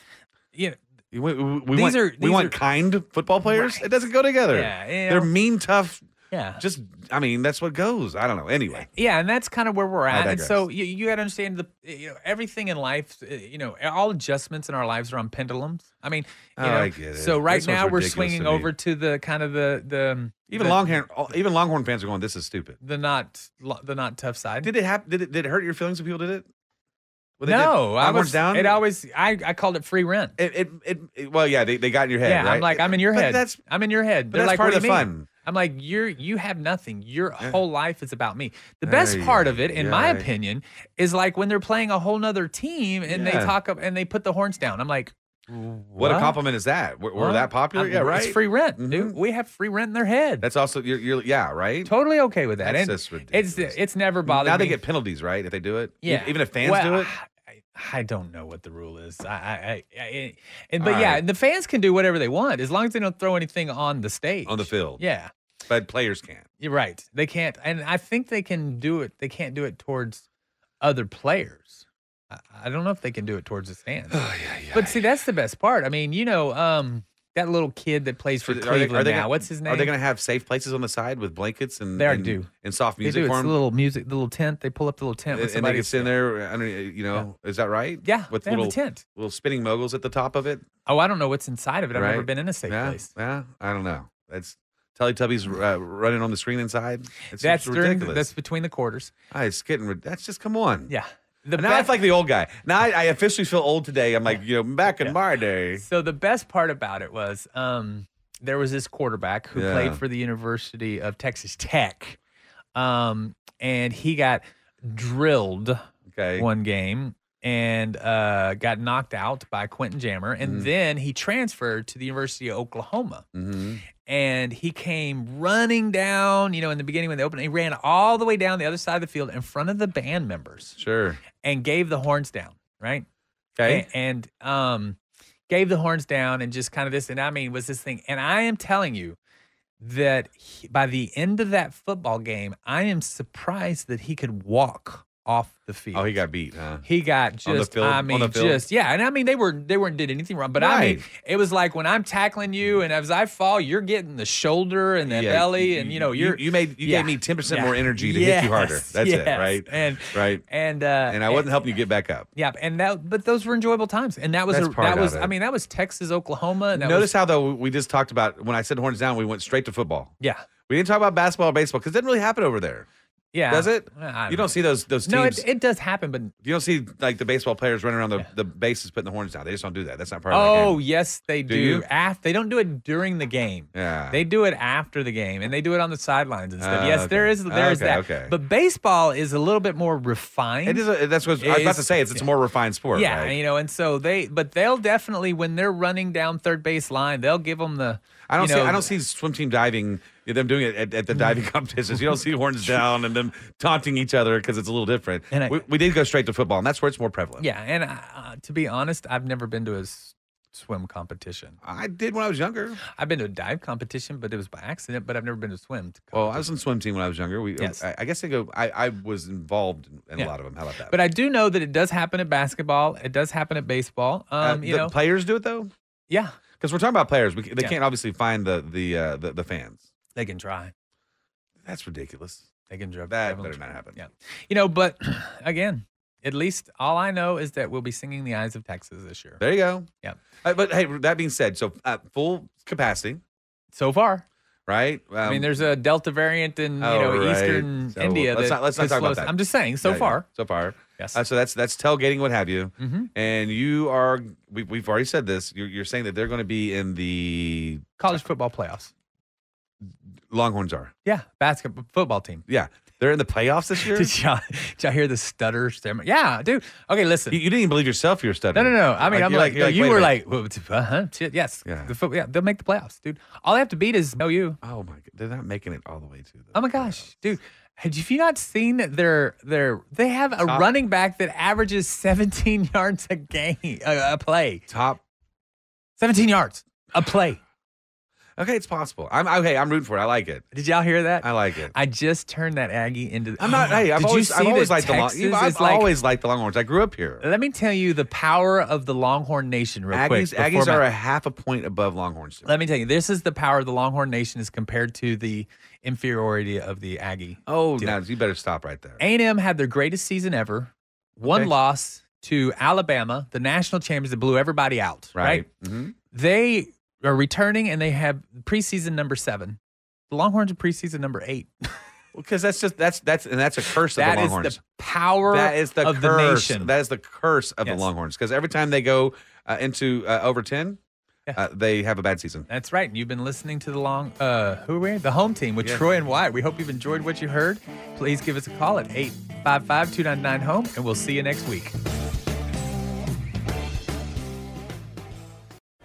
Speaker 1: you know
Speaker 2: We, we, we
Speaker 1: These
Speaker 2: want,
Speaker 1: are-
Speaker 2: we
Speaker 1: these
Speaker 2: want
Speaker 1: are-
Speaker 2: kind football players. It
Speaker 1: Right.
Speaker 2: doesn't go together.
Speaker 1: Yeah, you
Speaker 2: They're
Speaker 1: know.
Speaker 2: mean, tough.
Speaker 1: Yeah.
Speaker 2: Just, I mean, that's what goes. I don't know. Anyway.
Speaker 1: Yeah, and that's kind of where we're at. And
Speaker 2: digress.
Speaker 1: so you, you got to understand the eh, you know everything in life, uh, you know, all adjustments in our lives are on pendulums. I mean, you
Speaker 2: Oh,
Speaker 1: know,
Speaker 2: I get it.
Speaker 1: so right
Speaker 2: This one's
Speaker 1: now we're
Speaker 2: ridiculous to
Speaker 1: swinging
Speaker 2: me.
Speaker 1: over to the kind of the the
Speaker 2: Even
Speaker 1: the,
Speaker 2: Longhorn, even Longhorn fans are going, this is stupid.
Speaker 1: the not lo- the not tough side.
Speaker 2: Did it happen? Did it, did it hurt your feelings when people did it? When they did
Speaker 1: no, I
Speaker 2: Longhorns
Speaker 1: was
Speaker 2: down?
Speaker 1: It always I I called it free rent.
Speaker 2: It, it, it, it- well, yeah, they, they got in your head.
Speaker 1: yeah, I'm
Speaker 2: right?
Speaker 1: like I'm in your
Speaker 2: But
Speaker 1: head.
Speaker 2: That's,
Speaker 1: I'm in your head.
Speaker 2: but
Speaker 1: They're
Speaker 2: that's
Speaker 1: like,
Speaker 2: part
Speaker 1: what
Speaker 2: of
Speaker 1: do you
Speaker 2: the
Speaker 1: mean?
Speaker 2: fun.
Speaker 1: I'm like, you're you have nothing. Your whole life is about me. The best
Speaker 2: Ay,
Speaker 1: part of it, in my
Speaker 2: ay.
Speaker 1: opinion, is like when they're playing a whole nother team and
Speaker 2: Yeah.
Speaker 1: they talk up and they put the horns down. I'm like,
Speaker 2: what, a
Speaker 1: What?
Speaker 2: compliment is that? We're, we're
Speaker 1: what?
Speaker 2: that popular?
Speaker 1: I'm-
Speaker 2: yeah, right.
Speaker 1: It's free rent,
Speaker 2: Mhm.
Speaker 1: dude. We have free rent in their head.
Speaker 2: That's also, you're, you're yeah, right?
Speaker 1: totally okay with that.
Speaker 2: That's
Speaker 1: and
Speaker 2: just
Speaker 1: it's
Speaker 2: ridiculous.
Speaker 1: it's never bothered
Speaker 2: Now
Speaker 1: me.
Speaker 2: they get penalties, right? If they do it?
Speaker 1: yeah.
Speaker 2: E-, Even if fans
Speaker 1: Well,
Speaker 2: do it?
Speaker 1: I- I don't know what the rule is. I, I, I, I and, but yeah, the fans can do whatever they want as long as they don't throw anything on the stage
Speaker 2: on the field.
Speaker 1: Yeah,
Speaker 2: But players can't.
Speaker 1: you're right. They can't, and I think they can do it. They can't do it towards other players. I, I don't know if they can do it towards the fans. but see, that's the best part. I mean, you know, um, that little kid that plays for
Speaker 2: Are they- are they
Speaker 1: Cleveland now.
Speaker 2: gonna-
Speaker 1: What's his name?
Speaker 2: Are they going to have safe places on the side with blankets and
Speaker 1: They already
Speaker 2: and,
Speaker 1: do.
Speaker 2: and soft
Speaker 1: They
Speaker 2: music
Speaker 1: do. It's
Speaker 2: for
Speaker 1: a
Speaker 2: 'em?
Speaker 1: little music, the little tent. They pull up the little tent
Speaker 2: and,
Speaker 1: with
Speaker 2: and they
Speaker 1: somebody.
Speaker 2: can sit in there. Under, you know, is that right?
Speaker 1: Yeah,
Speaker 2: with
Speaker 1: they have a
Speaker 2: little
Speaker 1: tent.
Speaker 2: little spinning moguls at the top of it.
Speaker 1: Oh, I don't know what's inside of it. I've never
Speaker 2: Right.
Speaker 1: been in a safe
Speaker 2: yeah,
Speaker 1: place.
Speaker 2: yeah, I don't know. That's Teletubbies uh, running on the screen inside. It's
Speaker 1: That's during.
Speaker 2: ridiculous.
Speaker 1: The, that's between the quarters.
Speaker 2: Ah, it's getting. rid- That's just come on.
Speaker 1: Yeah. The
Speaker 2: now
Speaker 1: best-
Speaker 2: it's like the old guy. Now I, I officially feel old today. I'm like, you know, back in my day.
Speaker 1: So the best part about it was um, there was this quarterback who
Speaker 2: Yeah.
Speaker 1: played for the University of Texas Tech, um, and he got drilled
Speaker 2: Okay.
Speaker 1: one game and uh, got knocked out by Quentin Jammer, and
Speaker 2: Mm.
Speaker 1: then he transferred to the University of Oklahoma.
Speaker 2: hmm
Speaker 1: and he came running down, you know, in the beginning when they opened, he ran all the way down the other side of the field in front of the band members
Speaker 2: Sure.
Speaker 1: and gave the horns down, right?
Speaker 2: Okay.
Speaker 1: A- And, um gave the horns down and just kind of this and I mean was this thing and I am telling you that he- by the end of that football game, I am surprised that he could walk off the field.
Speaker 2: oh, he got beat, huh?
Speaker 1: He got just.
Speaker 2: On the field-
Speaker 1: I
Speaker 2: on the
Speaker 1: mean,
Speaker 2: field?
Speaker 1: just yeah, and I mean they were they weren't did anything wrong, but I mean
Speaker 2: Right. Mm.
Speaker 1: it was like when I'm tackling you, and as I fall, you're getting the shoulder and the
Speaker 2: Yeah,
Speaker 1: belly, and you know you're
Speaker 2: you made you
Speaker 1: yeah,
Speaker 2: gave me ten percent
Speaker 1: yeah.
Speaker 2: more energy to hit
Speaker 1: Yes,
Speaker 2: you harder. That's it,
Speaker 1: yes,
Speaker 2: right?
Speaker 1: And
Speaker 2: right.
Speaker 1: and uh,
Speaker 2: And I wasn't helping you get back up.
Speaker 1: Yeah, and that but those were enjoyable times, and that was
Speaker 2: That's
Speaker 1: a,
Speaker 2: part
Speaker 1: that
Speaker 2: of
Speaker 1: was
Speaker 2: it.
Speaker 1: I mean that was Texas Oklahoma. And that
Speaker 2: Notice
Speaker 1: was,
Speaker 2: how though we just talked about when I said horns down, we went straight to football.
Speaker 1: yeah
Speaker 2: We didn't talk about basketball or baseball because it didn't really happen over there,
Speaker 1: yeah
Speaker 2: does it?
Speaker 1: I don't
Speaker 2: you don't
Speaker 1: know.
Speaker 2: see those those teams.
Speaker 1: no it, it does happen, but
Speaker 2: you don't see like the baseball players running around the, the bases putting the horns down. They just don't do that. That's not part
Speaker 1: oh
Speaker 2: of the game.
Speaker 1: yes they
Speaker 2: Do
Speaker 1: do.
Speaker 2: you?
Speaker 1: Af- they don't do it during the game.
Speaker 2: Yeah.
Speaker 1: They do it after the game, and they do it on the sidelines and stuff.
Speaker 2: Ah,
Speaker 1: yes,
Speaker 2: okay.
Speaker 1: there is
Speaker 2: Ah,
Speaker 1: there is
Speaker 2: okay,
Speaker 1: that.
Speaker 2: okay.
Speaker 1: But baseball is a little bit more refined.
Speaker 2: It is. A, that's what I was about to
Speaker 1: It's-
Speaker 2: say. It's, it's a more refined sport.
Speaker 1: yeah,
Speaker 2: right?
Speaker 1: you know, and so they, but they'll definitely when they're running down third base line, they'll give them the.
Speaker 2: I don't
Speaker 1: you
Speaker 2: see.
Speaker 1: know, Mm.
Speaker 2: I don't see swim team diving. Them doing it at, at the diving competitions. You don't see horns down and them taunting each other because it's a little different.
Speaker 1: And I-
Speaker 2: we, we did go straight to football, and that's where it's more prevalent.
Speaker 1: Yeah, and uh, to be honest, I've never been to a s- swim competition.
Speaker 2: I did when I was younger.
Speaker 1: I've been to a dive competition, but it was by accident. But I've never been to a swim. t-
Speaker 2: Well, I was on swim team when I was younger. We, um,
Speaker 1: Yes.
Speaker 2: I, I guess I go. I, I was involved in, in
Speaker 1: Yeah.
Speaker 2: a lot of them. How about that? Uh,
Speaker 1: But I do know that it does happen at basketball. It does happen at baseball.
Speaker 2: Uh,
Speaker 1: Um, you
Speaker 2: the
Speaker 1: know,
Speaker 2: players do it though,
Speaker 1: yeah,
Speaker 2: because we're talking about players. We, c- they
Speaker 1: Yeah.
Speaker 2: can't obviously find the the, uh, the the fans.
Speaker 1: they can try.
Speaker 2: That's ridiculous.
Speaker 1: They can drive
Speaker 2: That
Speaker 1: drive 'em
Speaker 2: better
Speaker 1: tr-
Speaker 2: not happen.
Speaker 1: Yeah, you know, but again, at least all I know is that we'll be singing "The Eyes of Texas" this year.
Speaker 2: There you go.
Speaker 1: Yeah.
Speaker 2: Uh, but hey, that being said, so uh, full capacity,
Speaker 1: So far,
Speaker 2: right?
Speaker 1: I mean,
Speaker 2: Um,
Speaker 1: there's a Delta variant in
Speaker 2: Oh,
Speaker 1: you know
Speaker 2: right.
Speaker 1: Eastern
Speaker 2: So,
Speaker 1: India.
Speaker 2: let's
Speaker 1: that
Speaker 2: not- let's not
Speaker 1: could
Speaker 2: talk about
Speaker 1: slow us-
Speaker 2: that.
Speaker 1: I'm just saying. So
Speaker 2: yeah, yeah,
Speaker 1: far,
Speaker 2: so far.
Speaker 1: yes.
Speaker 2: Uh, so that's that's tailgating, what have you.
Speaker 1: Mhm.
Speaker 2: And you are we, we've already said this. You're, you're saying that they're going to be in the
Speaker 1: College football playoffs.
Speaker 2: Longhorns are.
Speaker 1: Yeah, basketball football team.
Speaker 2: Yeah, they're in the playoffs this year.
Speaker 1: Did y'all, did y'all hear the stutter? stammer? Yeah, dude. Okay, listen.
Speaker 2: you, you didn't even believe yourself. You're
Speaker 1: no, no,
Speaker 2: stuttering.
Speaker 1: no. I mean,
Speaker 2: Like,
Speaker 1: I'm
Speaker 2: you're
Speaker 1: like,
Speaker 2: you're
Speaker 1: you
Speaker 2: wait a
Speaker 1: were
Speaker 2: minute.
Speaker 1: like, well, it's- uh-huh, shit, yes.
Speaker 2: Yeah.
Speaker 1: The foot, yeah, they'll make the playoffs, dude. All they have to beat is OU.
Speaker 2: oh my, god, they're not making it all the way to. The
Speaker 1: Oh my gosh, dude. Have you not seen their their? They have a
Speaker 2: Top-
Speaker 1: running back that averages 17 yards a game, a, a play.
Speaker 2: Top.
Speaker 1: 17 yards a play.
Speaker 2: Okay, it's possible. I'm okay. I'm rooting for it. I like it.
Speaker 1: Did y'all hear that?
Speaker 2: I like it.
Speaker 1: I just turned that Aggie into.
Speaker 2: I'm not. Hey, I've
Speaker 1: Did you
Speaker 2: always, I've
Speaker 1: see
Speaker 2: always
Speaker 1: that
Speaker 2: liked
Speaker 1: Texas
Speaker 2: the Long. I've
Speaker 1: is like-
Speaker 2: always liked the Longhorns. I grew up here.
Speaker 1: Let me tell you the power of the Longhorn Nation, real quick.
Speaker 2: Aggies,
Speaker 1: before
Speaker 2: Aggies
Speaker 1: my-
Speaker 2: are a half a point above Longhorns.
Speaker 1: Let me tell you, this is the power of the Longhorn Nation as compared to the inferiority of the Aggie.
Speaker 2: Oh,
Speaker 1: Deal.
Speaker 2: now you better stop right there.
Speaker 1: A&M had their greatest season ever, one
Speaker 2: Okay.
Speaker 1: loss to Alabama, the national champions that blew everybody out. Right.
Speaker 2: Mhm.
Speaker 1: They are returning and they have preseason number seven. The Longhorns are preseason number eight.
Speaker 2: Well, because that's just that's that's and that's a curse of
Speaker 1: That
Speaker 2: the
Speaker 1: is
Speaker 2: Longhorns.
Speaker 1: the power
Speaker 2: that is the
Speaker 1: of
Speaker 2: curse.
Speaker 1: the nation.
Speaker 2: That is the curse of
Speaker 1: Yes.
Speaker 2: the Longhorns. Because every time they go uh, into uh, over ten, uh, they have a bad season.
Speaker 1: That's right. And you've been listening to the long, uh, who are we? The home team with
Speaker 2: Yes.
Speaker 1: Troy and Wyatt. We hope you've enjoyed what you heard. Please give us a call at 855 299 home, and we'll see you next week.